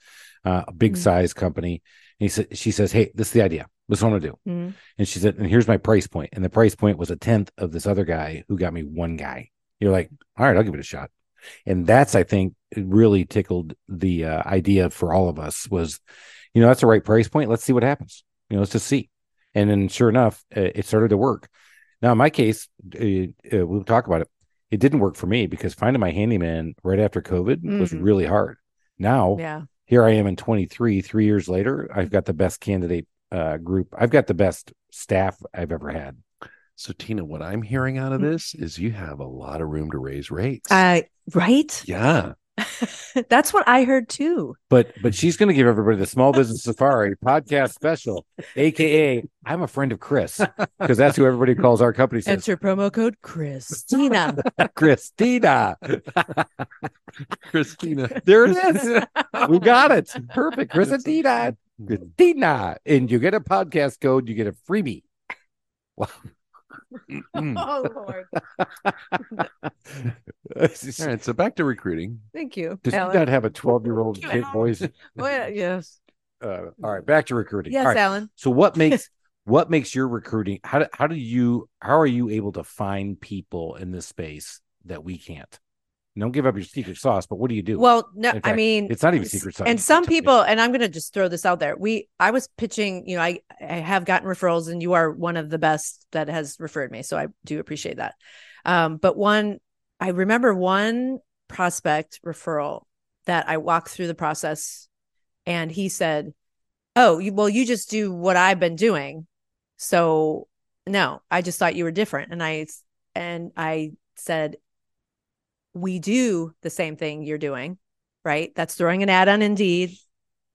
A: uh, a big
B: Mhm.
A: size company. And he said, "She says, hey, this is the idea. This is what I'm gonna do."
B: Mhm.
A: And she said, "And here's my price point." And the price point was a tenth of this other guy who got me one guy. You're like, "All right, I'll give it a shot." And that's, I think, it really tickled the uh, idea for all of us was you know, that's the right price point. Let's see what happens. You know, let's just see. And then, sure enough, uh, it started to work. Now, in my case, uh, uh, we'll talk about it. It didn't work for me because finding my handyman right after COVID was
B: Mhm.
A: really hard. Now,
B: yeah
A: here I am in 23, three years later, I've got the best candidate uh, group. I've got the best staff I've ever had.
C: So, Tina, what I'm hearing out of this is you have a lot of room to raise rates.
B: Mm-hmm. i right
C: yeah.
B: That's what I heard too.
A: But but she's going to give everybody the Small Business Safari podcast special, aka I'm a friend of Chris because that's who everybody calls our company. Says,
B: Enter promo code Christina.
A: Christina.
C: Christina.
A: There it is. we got it. Perfect. Christina. Christina. And you get a podcast code, you get a freebie. Wow.
C: Mm.
B: oh Lord,
C: All right. So, back to recruiting.
B: thank you.
A: Does she
B: Alan.
A: not have a 12 year old kid voice? Uh,
B: Well, yes,
A: all right. Back to recruiting.
B: yes,
A: all right.
B: Alan.
A: So what makes what makes your recruiting how do, how do you how are you able to find people in this space that we can't? Don't give up your secret sauce, but what do you do?
B: Well, no,
A: In
B: I
A: fact,
B: mean,
A: it's not even
B: s-
A: secret sauce.
B: And some people, and I'm going to just throw this out there. We, I was pitching. You know, I I have gotten referrals, and you are one of the best that has referred me. So I do appreciate that. Um, but one, I remember one prospect referral that I walked through the process, and he said, "Oh, you, well, you just do what I've been doing." So no, I just thought you were different, and I and I said. We do the same thing you're doing right? That's throwing an ad on Indeed,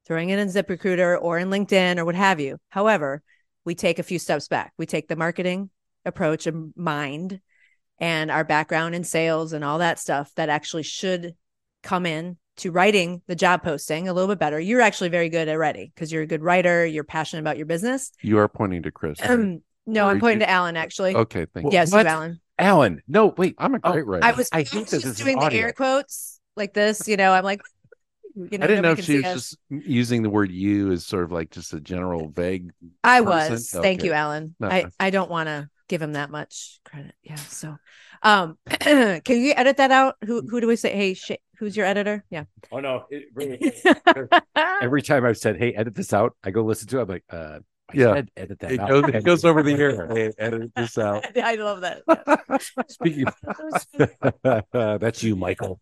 B: throwing it in ZipRecruiter or in LinkedIn or what have you. However, we take a few steps back. We take the marketing approach in mind and our background in sales and all that stuff that actually should come in to writing the job posting a little bit better. You're actually very good at writing because you're a good writer. You're passionate about your business.
C: You are pointing to Chris. right?
B: no, I'm
C: you-
B: pointing to Alan actually.
C: okay, thank you.
B: Yes, you,
A: What?
B: Alan.
A: Alan, no, wait.
C: I'm a
A: Oh,
C: great writer.
B: I was.
A: I
B: I
A: think
B: think
A: this is
B: doing the
A: audio.
B: air quotes like this. You know, I'm like. You know,
C: I didn't know
B: nobody can
C: if she
B: see
C: was
B: us.
C: just using the word "you" as sort of like just a general vague.
B: I
C: person?
B: was. Thank
C: Okay.
B: you, Alan. I,
C: No, that's-
B: I don't want to give him that much credit. Yeah. So, um, can you edit that out? Who who do we say? Hey, sh- who's your editor? Yeah.
A: Oh no! It, Every time I've said, "Hey, edit this out," I go listen to. It, I'm like, uh, I
C: Yeah.
A: said edit that
C: It
A: out.
C: goes, it
A: Edit
C: goes
A: that
C: over the
A: out.
C: air. Hey, edit this out.
B: I love that.
A: Speaking, of- that's you, Michael.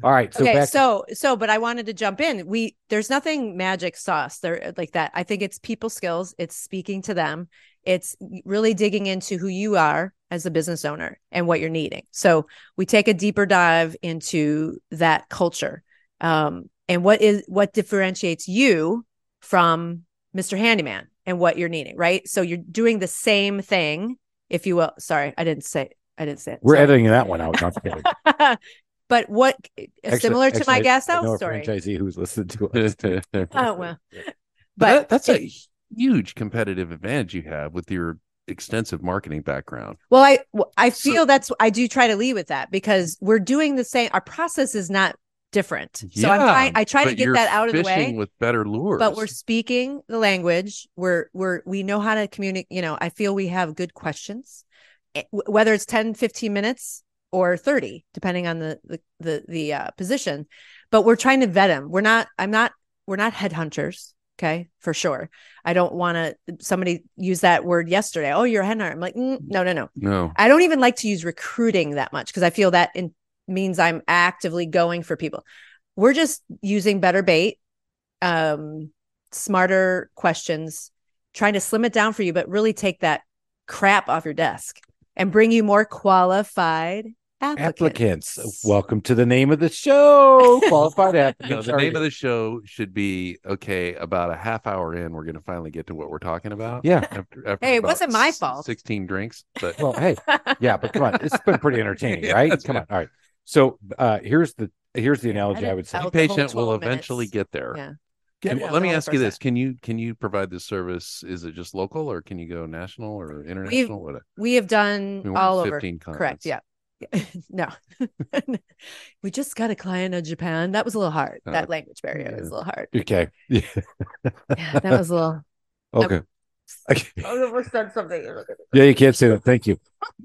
A: All right, so
B: okay,
A: back.
B: so so, but I wanted to jump in. We there's nothing magic sauce there like that. I think it's people skills. It's speaking to them. It's really digging into who you are as a business owner and what you're needing. So we take a deeper dive into that culture um, and what is what differentiates you from Mr. Handyman and what you're needing. Right. So you're doing the same thing, if you will. Sorry, I didn't say I didn't say it.
A: we're
B: Sorry.
A: editing that one out. Not kidding.
B: but what
A: Actually-
B: similar to
A: actually,
B: my
A: I-
B: gas
A: I know
B: house
A: a
B: story
A: Franchisee who's listened to us.
C: oh
B: oh well
C: that,
B: but
C: that's
B: it-
C: a huge competitive advantage you have with your extensive marketing background.
B: well i well, i
C: So-
B: feel that's i do try to lead with that because we're doing the same our process is not different so i'm
C: Yeah,
B: trying i try to
C: but
B: get
C: you're
B: that out of the
C: fishing
B: way
C: with better lures.
B: but we're speaking the language we're we're we know how to communicate you know i feel we have good questions Eh, wh- whether it's 10 15 minutes or 30 depending on the the the, the uh, position but we're trying to vet them we're not i'm not we're not headhunters okay for sure i don't want to somebody use that word yesterday oh you're a headhunter i'm like "Mm, no no no
C: no.
B: i don't even like to use recruiting that much because i feel that in, means i'm actively going for people we're just using better bait um smarter questions trying to slim it down for you but really take that crap off your desk and bring you more qualified applicants,
A: Applicants, uh, welcome to the name of the show. Qualified
C: No,
A: applicants.
C: the name of the show should be okay. About a half hour in, we're going to finally get to what we're talking about.
A: yeah.
C: After, after
B: Hey, it
C: about
B: wasn't my
C: s-
B: fault.
C: Sixteen drinks, but
A: Well, hey, yeah, but come on, it's been pretty entertaining,
C: Yeah,
A: right?
C: that's
A: Come
C: right.
A: on, all right. So uh here's the here's the analogy I
B: didn't-
A: would say.
B: I the
C: be
B: whole
C: patient. We'll
B: 12
C: eventually
B: minutes.
C: get there.
B: Yeah.
C: Can-
B: Yeah,
C: let me
B: no,
C: ask you this:
B: 100%.
C: Can you can you provide this service? Is it just local, or can you go national or international? What-
B: we have done
C: we want
B: all over
C: continents.
B: correct yeah no we just got a client in japan that was a little hard
C: Uh,
B: that language barrier
C: yeah.
B: was a little hard
A: Okay. Yeah.
B: yeah that was a little
A: Okay. Okay.
B: I almost said something.
A: Yeah, you can't say that. Thank you.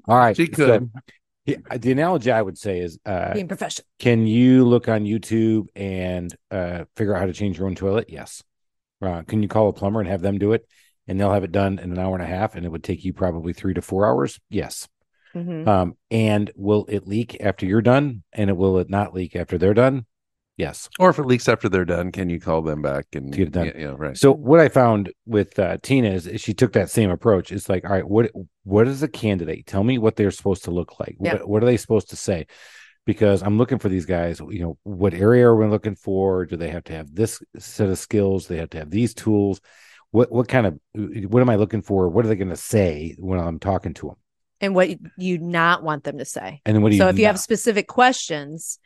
A: All right.
C: She
A: so,
C: could.
A: yeah, the analogy I would say is uh
B: Being professional.
A: can you look on YouTube and uh figure out how to change your own toilet? Yes. Uh, can you call a plumber and have them do it? And they'll have it done in an hour and a half, and it would take you probably three to four hours. Yes.
B: Mhm.
A: Um, and will it leak after you're done? And it will it not leak after they're done? Yes.
C: Or if it leaks after they're done, can you call them back and
A: To get it done.
C: Yeah, yeah, right.
A: So what I found with uh, Tina is, is she took that same approach. It's like, all right, what what is a candidate? Tell me what they're supposed to look like.
B: Yeah.
A: What, what are they supposed to say? Because I'm looking for these guys. You know, what area are we looking for? Do they have to have this set of skills? They have to have these tools. What what kind of uh, what am I looking for? What are they going to say when I'm talking to them?
B: And what you- you not want them to say.
A: And then what do
B: so
A: you?
B: if you have
A: not-
B: specific questions,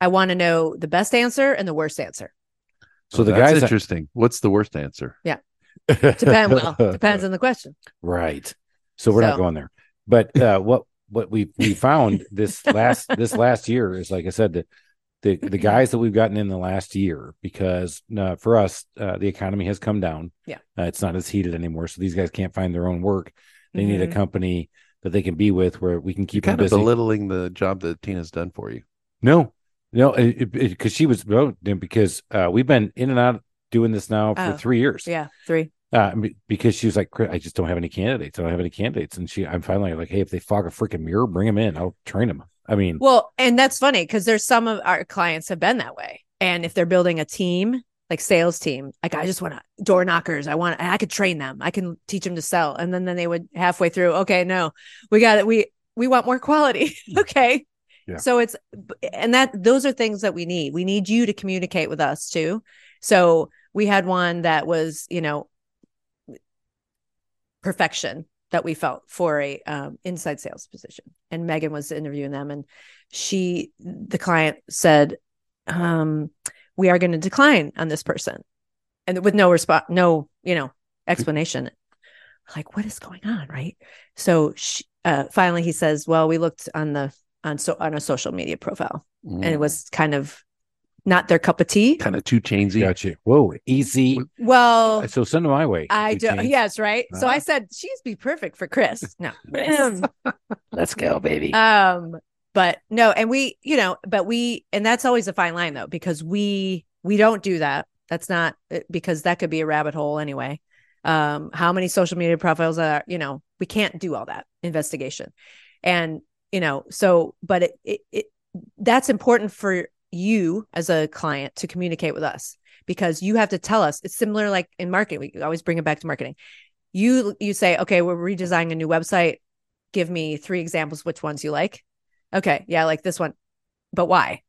B: I want to know the best answer and the worst answer.
A: so the
C: That's
A: guys
C: interesting. What's the worst answer?
B: Depend well, depends on the question.
A: Right. So we're not
B: So-
A: going there. But uh, what what we we found this last this last year is like I said that the
B: Mm-hmm.
A: the guys that we've gotten in the last year because uh, for us uh, the economy has come down.
B: Yeah.
A: uh, it's not as heated anymore. So these guys can't find their own work. They need a
B: Mhm.
A: company that they can be with where we can
C: You're
A: keep them
C: kind of
A: busy.
C: belittling the job that Tina's done for you.
A: no, no, because she was no, because uh, we've been in and out doing this now for
B: Oh,
A: three years.
B: Yeah, three.
A: Uh, be- because she was like, "Chris, I just don't have any candidates. I don't have any candidates. And she, I'm finally like, hey, if they fog a freaking mirror, bring them in. I'll train them. I mean,
B: Well, and that's funny because there's some of our clients have been that way. And if they're building a team, like sales team, like I just want to door knockers. I want I could train them. I can teach them to sell. And then then they would halfway through, okay, no, we got it. We we want more quality. okay.
A: Yeah.
B: So it's and that those are things that we need. We need you to communicate with us too. So we had one that was, you know, perfection that we felt for a um, inside sales position. And Megan was interviewing them, and she, the client, said, um, "We are going to decline on this person," and with no response, no, you know, explanation. Like, what is going on, right? So she, uh, finally, he says, "Well, we looked on the on so on a social media profile, and it was kind of not their cup of tea."
C: kind of Mm. too chainsy.
A: Gotcha. Whoa, easy.
B: Well,
A: So send them my way.
B: I
A: you
B: do.
A: change.
B: Yes, right. So I
A: Ah.
B: said she's be perfect for Chris. No,
C: Let's go, baby.
B: um, but no, and we, you know, but we, and that's always a fine line though, because we we don't do that. That's not eh, because that could be a rabbit hole anyway. Um, how many social media profiles are you know we can't do all that investigation, and you know so but it it, it that's important for you as a client to communicate with us because you have to tell us it's similar like in marketing we always bring it back to marketing you you say okay we're redesigning a new website give me three examples which ones you like okay yeah i like this one but why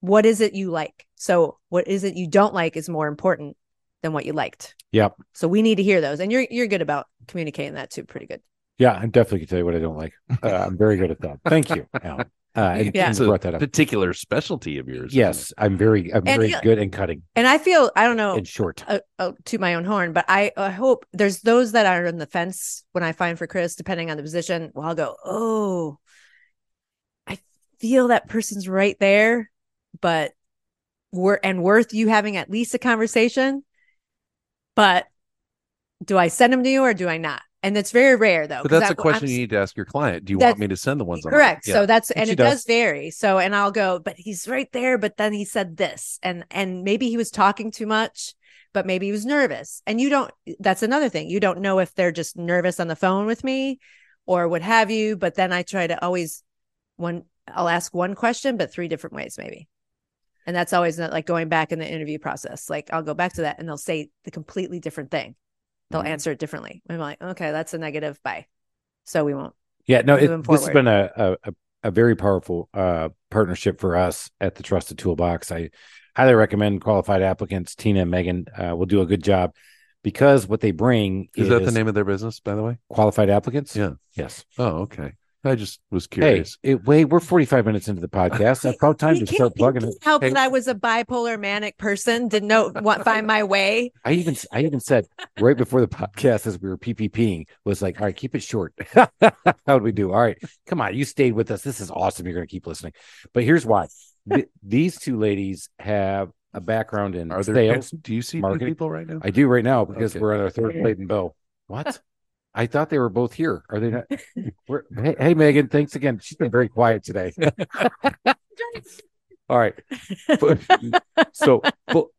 B: what is it you like so what is it you don't like is more important than what you liked
A: Yep.
B: so we need to hear those and you're you're good about communicating that too pretty good
A: Yeah, I definitely can tell you what I don't like. Uh, I'm very good at that. Thank you, Alan. Uh, and
B: Yeah.
A: you brought that up.
C: Particular specialty of yours. isn't
A: Yes, I'm very, I'm
B: And
A: very
B: you-
A: good in cutting
B: and i feel i don't know
A: and short.
B: uh, uh, to my own horn, but I, I hope there's those that are on the fence when I find for Chris, depending on the position. Well, I'll go, oh, I feel that person's right there, but we're and worth you having at least a conversation. But do I send them to you or do I not? And it's very rare though.
C: But
B: Oh, 'cause
C: that's
B: I-
C: a question
B: I'm
C: you need to ask your client. Do you
B: That's-
C: want me to send the ones? I'm like,
B: correct
C: yeah.
B: so that's and
A: she
B: it does.
A: does.
B: vary so and i'll go but he's right there but then he said this and and maybe he was talking too much but maybe he was nervous and you don't that's another thing you don't know if they're just nervous on the phone with me or what have you but then i try to always one i'll ask one question but three different ways maybe and that's always not like going back in the interview process like i'll go back to that and they'll say the completely different thing they'll
C: Mhm.
B: answer it differently i'm like okay that's a negative bye so we won't
A: Yeah, no,
B: moving
A: it, this has
B: forward.
A: been a, a a- a very powerful uh, partnership for us at the Trusted Toolbox. I highly recommend qualified applicants. Tina and Megan uh, will do a good job because what they bring
C: Is that the name of their business, by the way?
A: Qualified applicants.
C: Yeah.
A: Yes.
C: Oh, okay. I just was
A: Hey,
C: curious.
A: it, wait, we're 45 minutes into the podcast. It's about time to
B: You can't-
A: start
B: you
A: plugging it.
B: can't Help
C: Hey.
B: that I was a bipolar manic person, didn't know what find my way.
A: I even I even said right before the podcast as we were PPPing was like, all right, keep it short. How'd we do? All right, come on, you stayed with us. This is awesome. You're going to keep listening. But here's why: Th- these two ladies have a background in
C: Are there
A: sales.
C: do you see two
A: marketing.
C: people right now?
A: I do right now because
C: Okay.
A: we're on our third plate and bow. What? I thought they were both here. Are they not? We're, hey, hey, Megan, thanks again. She's been very quiet today. All right. But- so full,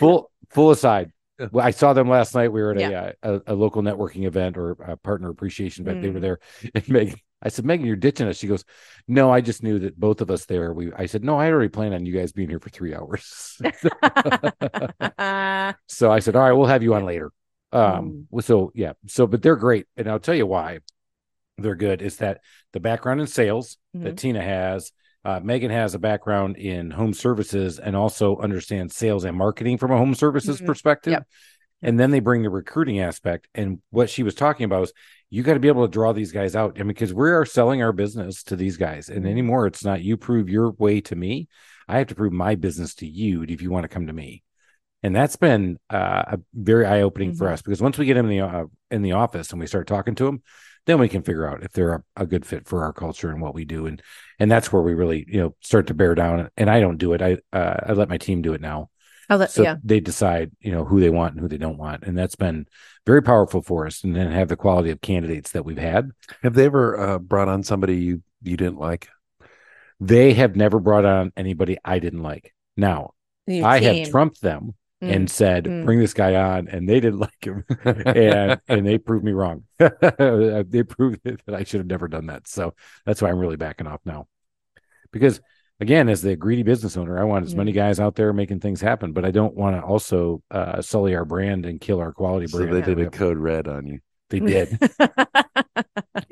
A: full, full aside. Well, I saw them last night. We were at a, uh, a a local networking event or a partner appreciation event. They were
B: Mm.
A: there, and Megan. I said, Megan, you're ditching us. She goes, No, I just knew that both of us there. We, I said, No, I already planned on you guys being here for three hours.
B: Oh,
A: So I said, all right, we'll have you on later. Um, well, so yeah, so but they're great, and I'll tell you why they're good is that the background in sales that Tina has, uh, Megan has a background in home services and also understands sales and marketing from a home services
B: Mhm.
A: perspective.
B: Yep.
A: And then they bring the recruiting aspect. And what she was talking about is you got to be able to draw these guys out. I mean, because we are selling our business to these guys. And
B: Mhm.
A: anymore, it's not you prove your way to me. I have to prove my business to you if you want to come to me. And that's been uh, a very eye opening for
B: Mhm.
A: us because once we get 'em in the uh, in the office and we start talking to them, then we can figure out if they're a, a good fit for our culture and what we do. And and that's where we really you know start to bear down. And I don't do it. I uh, I let my team do it now
B: I'll let-
A: so
B: yeah.
A: they decide you know who they want and who they don't want and that's been very powerful for us and then have the quality of candidates that we've had
C: Have they ever uh, brought on somebody you you didn't like?
A: they have never brought on anybody i didn't like now
B: Your
A: i
B: team.
A: have trumped them
B: Mm.
A: and said
B: Mm.
A: bring this guy on and they didn't like him and and they proved me wrong they proved that i should have never done that so that's why i'm really backing off now because again as the greedy business owner i want as
B: Mm.
A: many guys out there making things happen but i don't want to also uh, sully our brand and kill our quality
C: so
A: brand
C: they did a code red on you.
A: they did
B: Mm.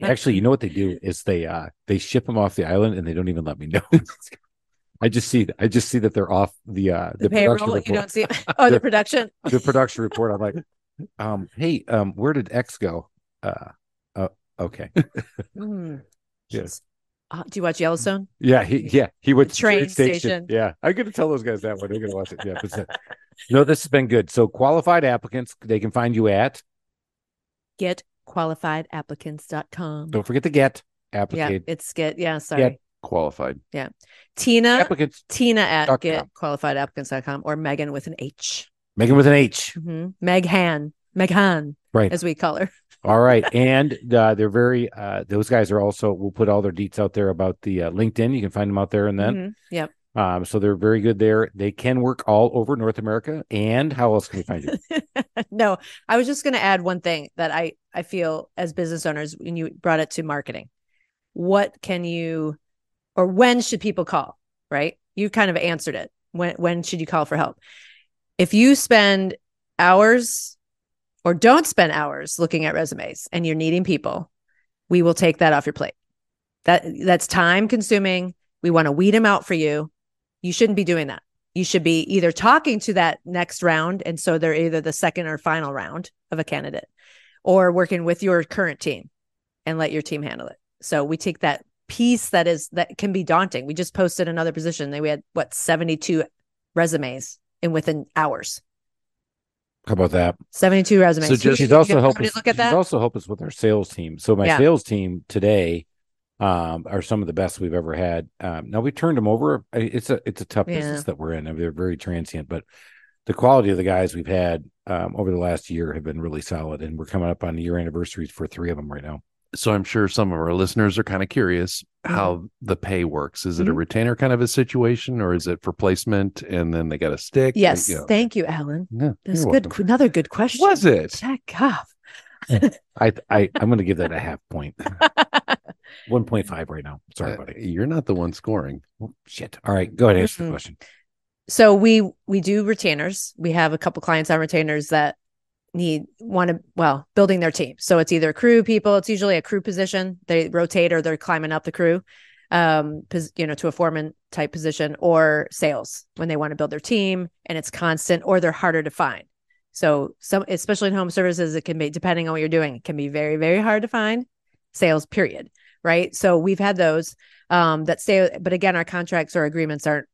A: Actually, you know what they do is they uh they ship them off the island and they don't even let me know. I just see I just see that they're off the uh
B: the payroll,
A: report.
B: you don't see. Oh, the
A: The-
B: production.
A: the production report. I'm like, um, hey, um, where did X go? uh, uh okay.
B: Mm.
A: Yeah.
B: She's- Uh, do you watch Yellowstone?
A: Yeah, he yeah he went
B: The
A: to the train
B: train
A: station.
B: station.
A: Yeah, I'm gonna tell those guys that one. They're gonna watch it. Yeah, but it's- no, this has been good. So qualified applicants, they can find you at.
B: Get qualifiedApplicants.com.
A: Don't forget to get
B: Yeah,
A: applicant
B: it's get. Yeah, sorry.
C: qualified.
B: Tina,
A: applicants.
B: Tina at
A: dot com.
B: getqualifiedApplicants.com or Megan with an H.
A: Megan with an H.
B: Mhm. Meg Han, Meg Han,
A: Right.
B: as we call her.
A: All right, and uh, they're very. Uh, those guys are also. We'll put all their deets out there about the uh, LinkedIn. You can find them out there, and then
B: Mhm. Yep.
A: um, so they're very good there. They can work all over North America. And how else can we find you?
B: no, I was just going to add one thing that I I feel as business owners when you brought it to marketing. What can you or when should people call, right? You kind of answered it. When when should you call for help? If you spend hours or don't spend hours looking at resumes and you're needing people, we will take that off your plate. That that's time consuming. We want to weed them out for you. You shouldn't be doing that you should be either talking to that next round and so they're either the second or final round of a candidate or working with your current team and let your team handle it so we take that piece that is that can be daunting we just posted another position and we had what 72 resumes in within hours
A: How about that?
B: 72 resumes
C: So just-
A: she's also helping.
B: look at
A: she's
B: that
A: also helping us with our sales team. So my
B: Yeah.
A: sales team today um, are some of the best we've ever had. Um, now we turned them over. I- It's a it's a tough
B: Yeah.
A: business that we're in. I mean, they're very transient, but the quality of the guys we've had um, over the last year have been really solid, and we're coming up on year anniversaries for three of them right now.
C: So I'm sure some of our listeners are kind of curious
A: Mm-hmm.
C: how the pay works. Is it a
B: Mhm.
C: retainer kind of a situation, or is it for placement and then they got a stick?
B: yes
C: You know?
B: thank you alan
C: Yeah,
B: that's
C: you're
B: good
C: welcome.
B: another good question
C: Was it?
B: check off
A: I I I'm going to give that a half point, one point five right now. Sorry,
C: Uh,
A: buddy.
C: You're not the one scoring.
A: Oh, shit. All right, go ahead and answer the
B: Mhm.
A: question.
B: so we we do retainers we have a couple clients on retainers that need want to well building their team so it's either crew people it's usually a crew position they rotate or they're climbing up the crew um pos- you know to a foreman type position or sales when they want to build their team and it's constant or they're harder to find so some especially in home services it can be depending on what you're doing it can be very very hard to find sales period right so we've had those um that stay but again our contracts or agreements aren't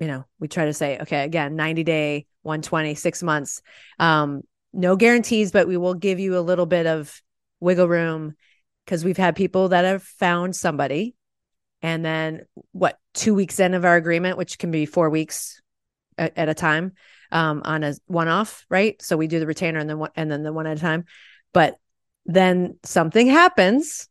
B: you know, we try to say, okay, again, 90 day, 120, six months. Um, no guarantees, but we will give you a little bit of wiggle room because we've had people that have found somebody. And then what, two weeks in of our agreement, which can be four weeks at, at a time um, on a one off, right? So we do the retainer and then one, and then the one at a time. But then something happens.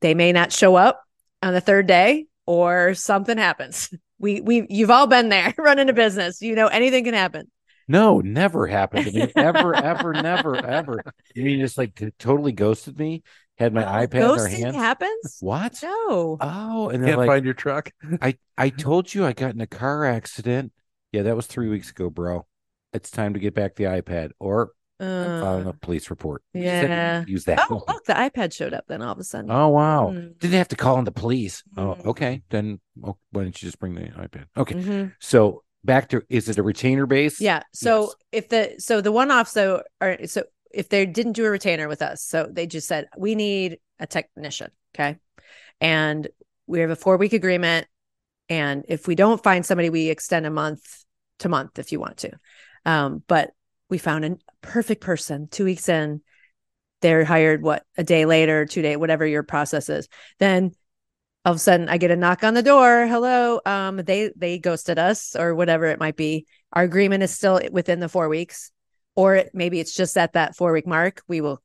B: They may not show up on the third day or something happens we we you've all been there running a business you know anything can happen
A: No, never happened to me. Ever, ever, never, ever. You mean just like t- totally ghosted me? Had my iPad in their
B: ghosting
A: hands.
B: happens
A: What?
B: no
A: Oh, and they're
C: Can't
A: like,
C: find your truck.
B: uh,
A: I, I told you I got in a car accident. Yeah, that was three weeks ago, bro. It's time to get back the iPad or I'm filing
B: Uh,
A: a police report. You said you
B: yeah
A: use that.
B: oh look the ipad showed up then all of a sudden
A: Oh, wow.
B: Mm.
A: Didn't have to call in the police. Oh,
B: Mm.
A: okay. Then oh, why didn't you just bring the iPad? Okay.
B: Mhm.
A: So back to is it a retainer base?
B: yeah so
A: Yes.
B: if the so the one offs though are so if they didn't do a retainer with us so they just said we need a technician okay and we have a four week agreement and if we don't find somebody we extend a month to month if you want to um, but we found a perfect person two weeks in they're hired what a day later two day whatever your process is then all of a sudden i get a knock on the door hello um, they they ghosted us or whatever it might be our agreement is still within the four weeks or it, maybe it's just at that four week mark we will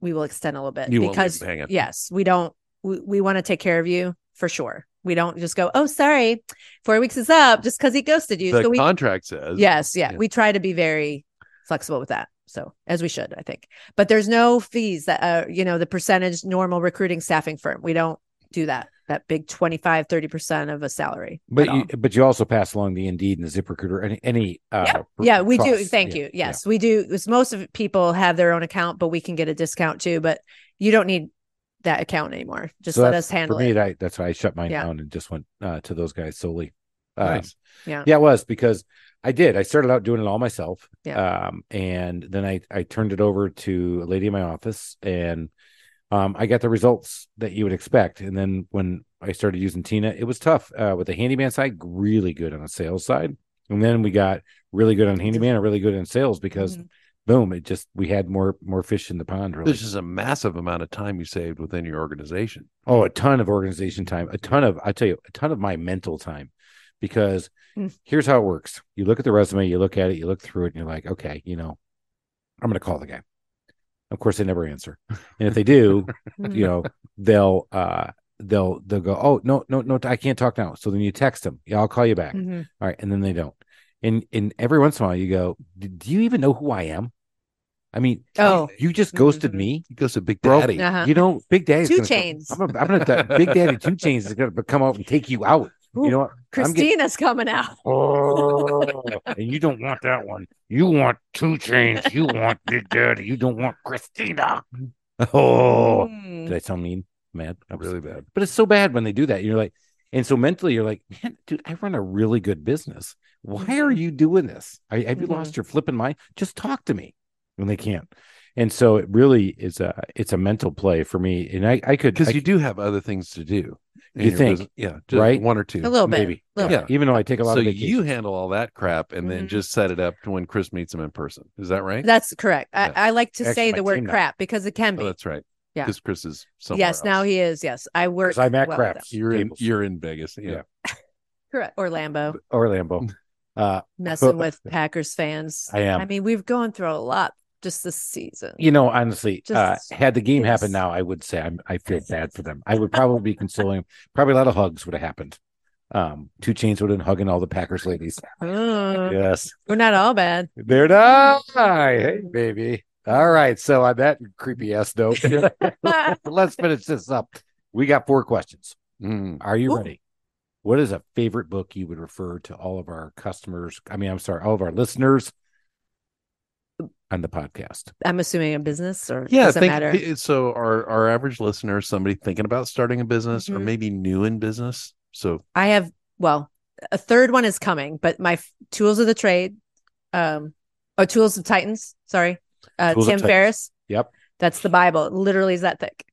B: we will extend a little bit
C: You won't leave
B: because
C: them hanging.
B: yes we don't we, we want to take care of you for sure we don't just go oh sorry four weeks is up just because he ghosted you
C: The
B: so we
C: contract says.
B: yes yeah,
C: Yeah.
B: we try to be very flexible with that so as we should i think but there's no fees that uh you know the percentage normal recruiting staffing firm we don't do that that big 25 30% of a salary
A: But
B: at
A: you,
B: all.
A: but you also pass along the Indeed and the ZipRecruiter any any uh
B: yeah we do
A: trust.
B: thank
A: Yeah,
B: you yes we do it's most of people have their own account but we can get a discount too but you don't need that account anymore
A: yeah.
B: just
A: So
B: let
A: that's-
B: us handle
A: for me,
B: it
A: that- that's why I shut mine
B: Yeah.
A: down and just went uh, to those guys solely.
C: Nice.
B: Yeah.
A: yeah, it was because I did. I started out doing it all myself.
B: Yeah.
A: Um, and then I, I turned it over to a lady in my office and um, I got the results that you would expect. And then when I started using Tina, it was tough uh, with the handyman side, really good on the sales side. And then we got really good on handyman and really good in sales because
B: Mhm.
A: boom, it just, we had more, more fish in the pond. Really.
C: This is a massive amount of time you saved within your organization.
A: Oh, a ton of organization time, a ton of, I tell you, a ton of my mental time because
B: Mm.
A: here's how it works. You look at the resume, you look at it, you look through it, and you're like, okay, you know, I'm going to call the guy. Of course, they never answer. And if they do,
B: Mm-hmm,
A: you know, they'll, uh, they'll, they'll go, oh, no, no, no, I can't talk now. So then you text them, yeah, I'll call you back.
B: Mhm.
A: All right. And then they don't. And, and every once in a while you go, "D- do you even know who I am? I mean,
B: Oh.
A: you just ghosted
B: Mhm.
A: me
C: He goes to Big
A: Bro.
C: Daddy.
B: Uh-huh.
A: you know, Big Daddy's
B: Two
A: gonna come-
B: Chainz.
A: I'm gonna, I'm gonna th- Big Daddy Two Chains is gonna come out and take you out.
B: Ooh,
A: You know, what? I'm getting-
B: Christina's coming out.
A: Oh, and you don't want that one. You want Two Chains. You want Big Daddy. You don't want Christina. Oh,
B: Mm.
A: did I sound mean? Mad, That was-
C: Really bad.
A: But it's so bad when they do that. You're like, and so mentally, you're like, man, dude, I run a really good business. Why are you doing this? Are, have you
B: Mhm.
A: lost your flipping mind? Just talk to me. And they can't. And so it really is a it's a mental play for me. And I I could I
C: Because you do have other things to do. in
A: You
C: your
A: think,
C: business. Yeah. Just
A: right?
C: One or two.
B: A little bit.
A: maybe
B: little
A: yeah.
C: bit.
A: Even though I take a lot
C: So
A: of vacation.
C: you handle all that crap and then
B: Mhm.
C: just set it up to when Chris meets him in person. Is that right?
B: That's correct. I,
C: Yeah.
B: I like to
A: Actually,
B: say
A: my
B: the word
A: team now.
B: crap because it can
C: Oh,
B: be.
C: that's right.
B: Yeah.
C: Because Chris is somewhere.
B: yes, now
C: else.
B: he is. Yes, I work.
A: 'Cause I'm at
B: well with
A: craps.
B: them.
C: You're in,
A: Tables.
C: you're in Vegas. Yeah.
A: Yeah.
B: Correct. Or Lambo
A: or
C: Mm.
A: Lambo. Uh,
B: messing with Packers fans.
A: I am.
B: I mean, we've gone through a lot just this season.
A: you know, honestly, uh,
B: Just-
A: had the game
B: it's-
A: happened now, I would say I'm, I feel bad for them. I would probably be consoling. Probably a lot of hugs would have happened. Um, two chains would have been hugging all the Packers ladies.
B: Mm,
A: Yes,
B: We're not all bad.
A: they're not. Hey, baby. All right. So on that creepy ass note, let's finish this up. We got four questions.
C: Mm.
A: Are you
B: Ooh.
A: ready? What is a favorite book you would refer to all of our customers? I mean, I'm sorry, all of our listeners on the podcast.
B: I'm assuming a business or
C: Yeah,
B: doesn't
C: think-
B: matter.
C: th- so our our average listener, is somebody thinking about starting a business or
B: Mhm.
C: maybe new in business. So
B: I have well, a third one is coming, but my f- tools of the trade, um, oh, tools of titans. Sorry, uh,
C: Tools of
B: Tim
C: Titans.
B: Ferriss.
A: Yep.
B: that's the Bible. It literally is that thick.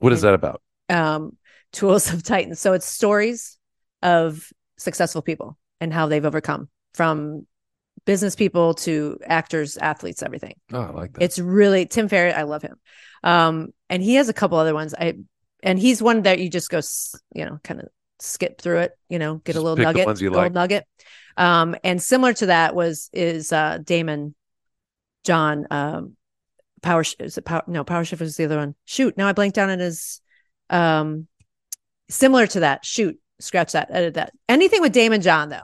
C: what
B: Mm-hmm.
C: is that about?
B: Um, tools of titans. So it's stories of successful people and how they've overcome from business people to actors, athletes, everything.
C: Oh, I like that.
B: It's really Tim Ferriss. I love him. Um, and he has a couple other ones. I and he's one that you just go, s- you know, kind of skip through it. You know, get a
C: Just
B: little
C: pick the
B: nugget,
C: ones you
B: gold
C: like.
B: nugget. Um, and similar to that was is uh Damon, John, um, Power Sh- is it Power? No, Power Shift was the other one. Shoot, now I blanked down on his. Um, similar to that. Shoot, scratch that, edit that. Anything with Damon John though.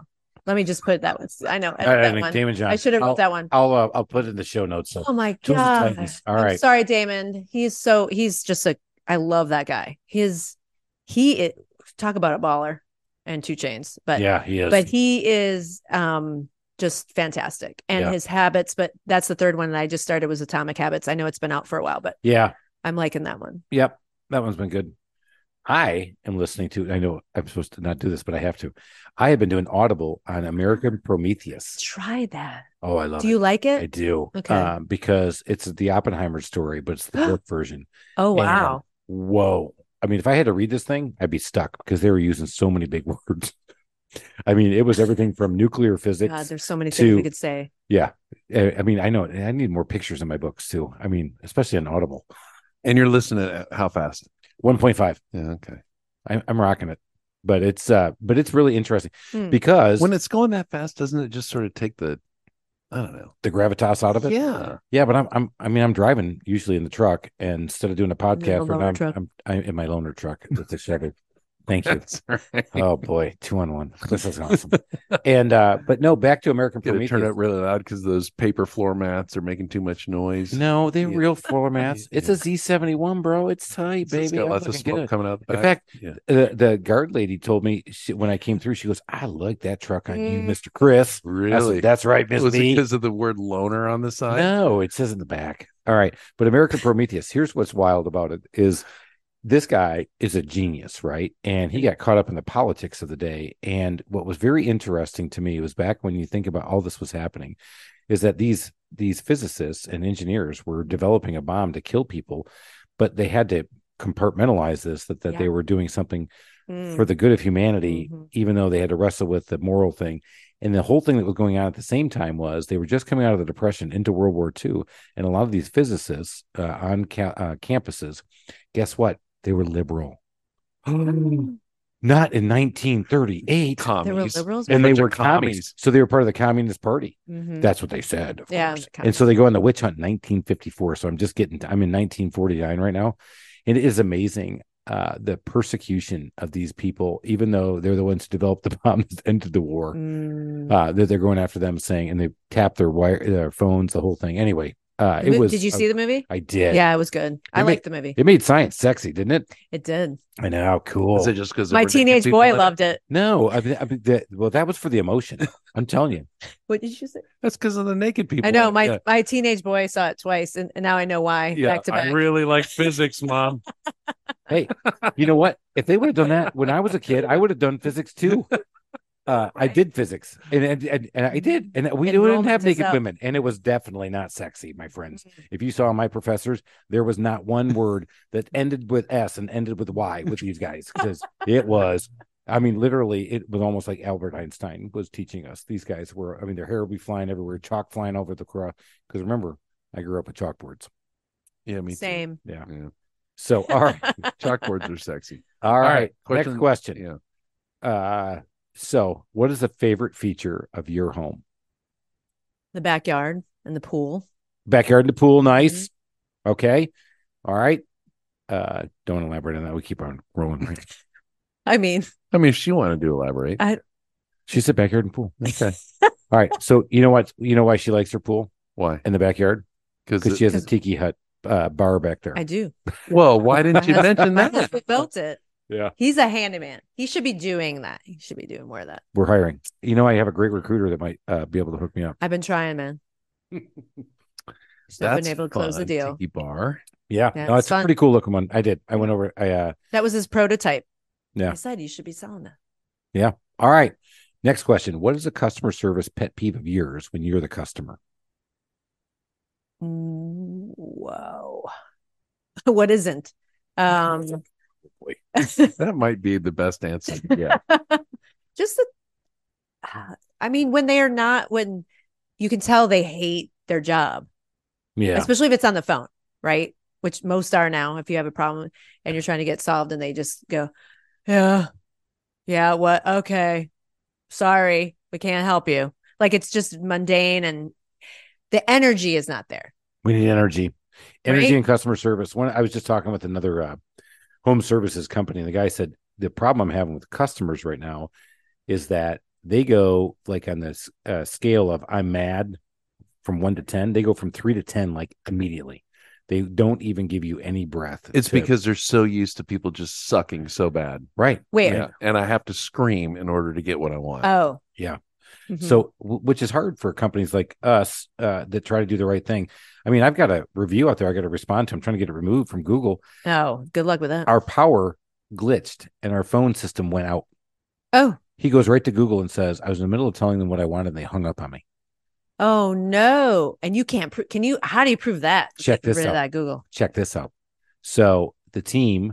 B: Let me just put it that one. I know. edit that one.
A: Uh, Damon John.
B: I should have
A: I'll,
B: wrote that one.
A: I'll uh, I'll put it in the show notes. So.
B: Oh my
A: Tools of
B: god!
A: Titans. All
B: I'm
A: right.
B: sorry, Damon. He's so he's just a. I love that guy. His he is, talk about a baller and two chains, but
A: yeah, he is.
B: but he is um just fantastic and
A: Yeah.
B: his habits. But that's the third one that I just started was Atomic Habits. I know it's been out for a while, but
A: yeah,
B: I'm liking that one.
A: yep. That one's been good. I am listening to. I know I'm supposed to not do this, but I have to. I have been doing Audible on American Prometheus.
B: Try that.
A: Oh, I love
B: Do
A: it.
B: you like
A: I
B: it?
A: do.
B: Okay.
A: Um, because it's the Oppenheimer story, but it's the book version.
B: Oh
A: and-
B: wow!
A: Whoa. I mean, if I had to read this thing, I'd be stuck because they were using so many big words. I mean, it was everything from nuclear physics.
B: God, there's so many things we
A: to-
B: could say.
A: yeah. I I mean, I know I need more pictures in my books too. I mean, especially on Audible.
C: and you're listening at how fast?
A: 1.5.
C: Yeah, okay.
A: I'm, I'm rocking it. But it's uh but it's really interesting
B: Hmm.
A: because
C: When it's going that fast, doesn't it just sort of take the I don't know.
A: the gravitas out of it.
C: Yeah.
A: Yeah, but I'm I'm I mean I'm driving usually in the truck and instead of doing a podcast
B: loaner
A: right now, I'm,
B: truck.
A: I'm I'm in my loaner truck with the Chevy. Thank you.
C: That's right.
A: Oh boy, two on one. This is awesome. and uh but no, back to American
C: Gotta turn
A: Prometheus.
C: it really loud because those paper floor mats are making too much noise.
A: No, they're
C: Yeah.
A: real floor mats. It's a
C: Yeah.
A: Z71, bro. It's tight,
C: So
A: baby.
C: it's got
A: I'm
C: lots of
A: looking good.
C: smoke coming out. The
A: In
C: back.
A: fact,
C: Yeah.
A: the, the guard lady told me she, when I came through, she goes, I like that truck on you,
B: Mm.
A: Mr. Chris. I said,
C: really?
A: That's right, Miss
C: was it
A: B.
C: because of the word loner on the side?
A: No, it says in the back. All right. But American Prometheus, here's what's wild about it is this guy is a genius, right? And he got caught up in the politics of the day. And what was very interesting to me was back when you think about all this was happening, is that these these physicists and engineers were developing a bomb to kill people, but they had to compartmentalize this that, that
B: Yeah.
A: they were doing something
B: Mm.
A: for the good of humanity,
B: Mhm.
A: even though they had to wrestle with the moral thing. And the whole thing that was going on at the same time was they were just coming out of the Depression into World War II. And a lot of these physicists uh, on ca- uh, campuses, guess what? They were liberal.
B: Mm.
A: Mm. Not in 1938.
B: There were
C: Commies.
B: liberals.
A: And they
C: bunch of
A: were commies.
C: commies.
A: So they were part of the Communist Party.
B: Mhm.
A: That's what they said. Of
B: Yeah,
A: course.
B: the
A: And so they go on the witch hunt in 1954. So I'm just getting, to- I'm in 1949 right now. And it is amazing uh, the persecution of these people, even though they're the ones who developed the bombs that ended the war,
B: Mm.
A: uh, that they're going after them saying, and they tap their wire, their phones, the whole thing. Anyway, uh,
B: Mo-
A: it was.
B: did you see the movie?
A: I did.
B: Yeah, it was good. I
A: It made-
B: liked the movie.
A: It made science sexy, didn't it?
B: It did.
A: I know. Cool.
C: Is it just because
B: My teenage boy loved it.
A: no, I, mean, I mean, that, well, that was for the emotion. I'm telling you.
B: What did you say?
C: That's because of the naked people.
B: I
C: in
B: know
C: it.
B: my
C: Yeah.
B: my teenage boy saw it twice, and, and now I know why.
C: Yeah,
B: back to back.
C: I really like physics, mom.
A: Hey, you know what? If they would have done that when I was a kid, I would have done physics too. Uh, I did physics, and and, and, and I did, and we didn't
B: Enrollment
A: have
B: is
A: naked
B: up.
A: women, and it was definitely not sexy, my friends.
B: Mhm.
A: If you saw my professors, there was not one word that ended with S and ended with Y with these guys because it was. I mean, literally, it was almost like Albert Einstein was teaching us. These guys were, I mean, their hair would be flying everywhere, chalk flying over the cross. Because remember, I grew up with chalkboards.
C: Yeah, me
B: Same.
A: Yeah.
C: Yeah.
A: So, all right.
C: too. Chalkboards are sexy.
A: All
C: right,
A: right.
C: question-
A: Next question.
C: Yeah.
A: Uh, so what is the favorite feature of your home?
B: the backyard and the pool.
A: Backyard and the pool, nice.
B: Mm-hmm.
A: Okay. All right. Uh, don't elaborate on that. We keep on rolling. Right?
B: I mean,
C: I mean, if she wanted to elaborate,
B: I-
A: she said backyard and pool.
C: okay.
A: All right. So you know what? You know why she likes her pool
C: Why?
A: in the backyard? Because
C: Because
A: she has a
B: 'Cause-
A: tiki hut uh, bar back there.
B: I do.
C: well, why didn't you
B: My
C: mention
B: My
C: that?
B: husband built it.
A: Yeah.
B: He's a handyman. He should be doing that. He should be doing more of that.
A: We're hiring. You know, I have a great recruiter that might uh, be able to hook me up.
B: I've been trying, man. Just not
C: That's
B: been able to close the
C: fun,
B: deal.
C: Tiki bar.
A: Yeah.
B: Yeah,
A: no,
B: it's
A: it's a
B: fun.
A: pretty cool looking one. I did. I went over. I uh,
B: That was his prototype.
A: Yeah.
B: I said you should be selling that.
A: All right. Next question. What is a customer service pet peeve of yours when you're the customer?
B: Mm, Whoa. what isn't? Um
C: Boy, that might be the best answer. Yeah.
B: just the uh, I mean when they are not when you can tell they hate their job.
A: Yeah.
B: especially if it's on the phone, right? Which most are now. If you have a problem and you're trying to get solved, and they just go, "Yeah, yeah, what? Okay, sorry, we can't help you." Like it's just mundane, and the energy is not there.
A: We need energy, energy
B: Right?
A: and customer service. One, I was just talking with another uh, home services company. And the guy said the problem I'm having with customers right now is that they go like on this uh, scale of I'm mad from one to ten. They go from three to ten like immediately. They don't even give you any breath.
C: It's
A: to-
C: because they're so used to people just sucking so bad.
A: right.
B: Wait,
C: Yeah. Uh, And I have to scream in order to get what I want.
B: oh,
A: Uh, Yeah.
B: Mhm.
A: So, w- which is hard for companies like us uh, that try to do the right thing. I mean, I've got a review out there. I got to respond to. I'm trying to get it removed from Google.
B: oh, good luck with that.
A: Our power glitched and our phone system went out.
B: oh,
A: He goes right to Google and says, "I was in the middle of telling them what I wanted, and they hung up on me."
B: oh no, and you can't. Pro- can you? How do you prove that?
A: Check
B: Get
A: this
B: rid
A: out.
B: Of that Google.
A: Check this out. So the team,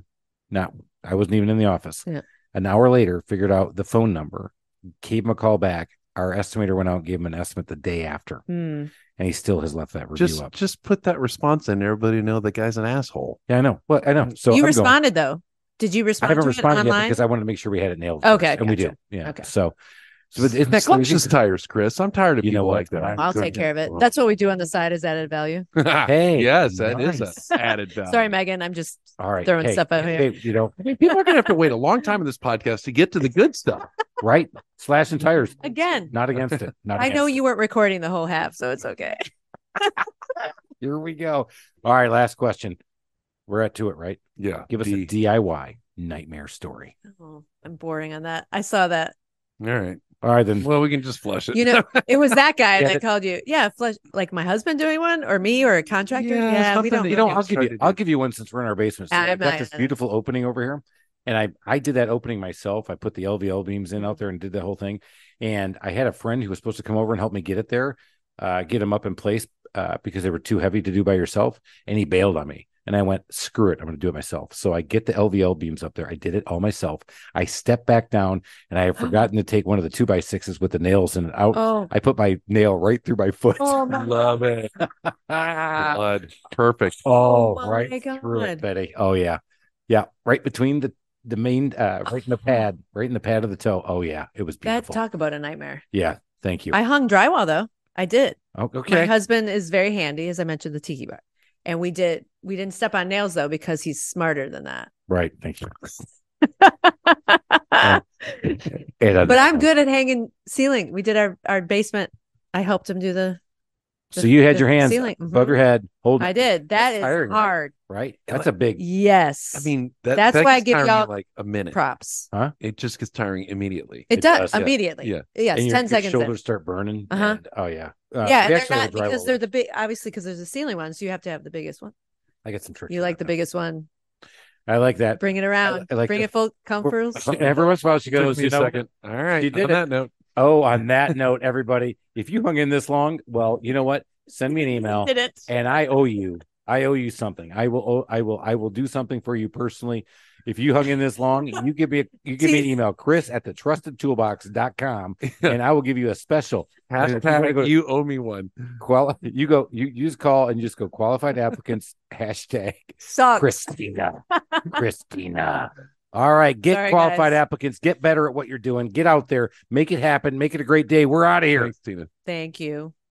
A: not I wasn't even in the office.
B: Yeah.
A: An hour later, figured out the phone number, gave him a call back. Our estimator went out and gave him an estimate the day after,
B: Hmm.
A: and he still has left that review
C: just
A: up.
C: just put that response in. Everybody know the guy's an asshole.
A: Yeah, I know. Well, I
C: Mm.
A: know. So
B: you
A: I'm going-
B: responded though. Did you
A: I
B: respond?
A: haven't
B: to
A: responded
B: it
A: yet
B: online?
A: because I wanted to make sure we had it nailed.
B: Okay,
A: first, and we do.
B: gotcha.
A: Yeah.
B: Okay.
A: So, so but isn't that
C: Slash
A: crazy?
C: his tires, Chris. I'm tired of
A: You know
C: people
A: what?
C: like that.
A: I'll
B: I'll take care of it. That's what we do on the side. Is added value.
A: Hey,
C: Ah, yes, that is
A: nice.
C: an added value.
B: Sorry, Megan. I'm just
A: All right,
B: throwing
A: hey,
B: stuff out here.
A: hey, you know,
C: I mean, people are going to have to wait a long time in this podcast to get to the good stuff.
A: right? Slashing tires.
B: again.
A: Not against it. Not.
B: I know
A: against
B: you weren't recording the whole half, so it's okay.
A: it. Here we go. All right, last question. We're at to it, right?
C: Yeah.
A: Give us
C: D.
A: a DIY nightmare story.
B: Oh, I'm boring on that. I saw that.
C: All right.
A: All right, then.
C: Well, we can just flush it.
B: You know, it was that guy
A: Yeah,
B: that
A: that-
B: called you. Yeah, flush like my husband doing one or me or a contractor.
C: Yeah,
B: Yeah, we
C: something
B: don't.
C: that
A: you know,
C: Yeah,
A: I'll
C: let's
A: give
C: try
A: you.
C: to do
A: I'll
C: it.
A: give you one since we're in our basement. So
B: I'm
A: I've
B: not-
A: got this beautiful opening over here, and I I did that opening myself. I put the LVL beams in
B: Mm-hmm.
A: out there and did the whole thing. And I had a friend who was supposed to come over and help me get it there, uh, get them up in place uh, because they were too heavy to do by yourself. And he bailed on me. And I went, screw it, I'm going to do it myself. So I get the LVL beams up there. I did it all myself. I stepped back down, and I had forgotten to take one of the two by sixes with the nails in it out.
B: Oh,
A: I put my nail right through my foot.
B: oh my,
C: Love it.
A: Ah.
C: Blood. Perfect.
A: Oh,
B: my
A: right through
B: God.
A: it, Betty. Oh yeah, yeah, right between the the main, uh, right in the pad, right in the pad of the toe. Oh yeah, it was
B: that
A: beautiful.
B: talk about a nightmare.
A: yeah, thank you.
B: I hung drywall though. I did.
A: Oh,
B: My
A: okay,
B: husband is very handy, as I mentioned, the tiki bar. And we did we didn't step on nails though because he's smarter than that.
A: right, thank you. Oh,
B: but
A: And, uh,
B: I'm good at hanging ceiling. We did our our basement. I helped him do the.
A: So you had
B: the
A: your hands
B: ceiling.
A: above
B: Mhm.
A: your head, hold
B: I did. That
C: That's
B: is
C: tiring.
B: hard.
A: right. That's a big.
B: Yes.
C: I mean, that,
B: That's
C: that
B: why I
C: gets
B: give
C: tiring
B: y'all
C: in, like a minute.
B: props.
C: It just gets tiring immediately.
B: It,
A: It
B: does,
A: does, yeah.
B: immediately.
C: Yeah.
B: Yes.
A: and your,
B: Ten
A: your
B: seconds. in.
A: Shoulders start burning.
B: Uh-huh.
A: and- oh yeah. Uh,
B: yeah,
A: we
B: and they're
A: actually have
B: not
A: a drywall
B: because they're
A: with-
B: the big. Obviously, because there's a ceiling one, so you have to have the biggest one.
A: I got some tricks.
B: You
A: for
B: like
A: that
B: the biggest one.
A: now. I like that.
B: Bring it around.
A: I like
B: Bring
A: the-
B: it full comforts.
A: Every once in a while, she
C: Took
A: goes.
C: me
A: You
C: a
A: know,
C: second. All right.
A: You did
C: on
A: it.
C: that note,
A: oh, on that note, everybody, if you hung in this long, well, you know what? Send me an email.
B: Did it.
A: and I owe you. I owe you something. I will. owe- I will. I will do something for you personally. If you hung in this long, you give me. A, you give me an email, Chris at the trustedtoolbox.com, and I will give you a special And if you wanna go
C: hashtag
A: to-
C: you owe me one.
A: quali. You go. You, you just call and just go qualified applicants hashtag
B: Sucks.
A: Christina. Christina. All right, get
B: Sorry,
A: qualified
B: guys.
A: applicants. Get better at what you're doing. Get out there. Make it happen. Make it a great day. We're out of here.
C: Thanks, Tina.
B: Thank you.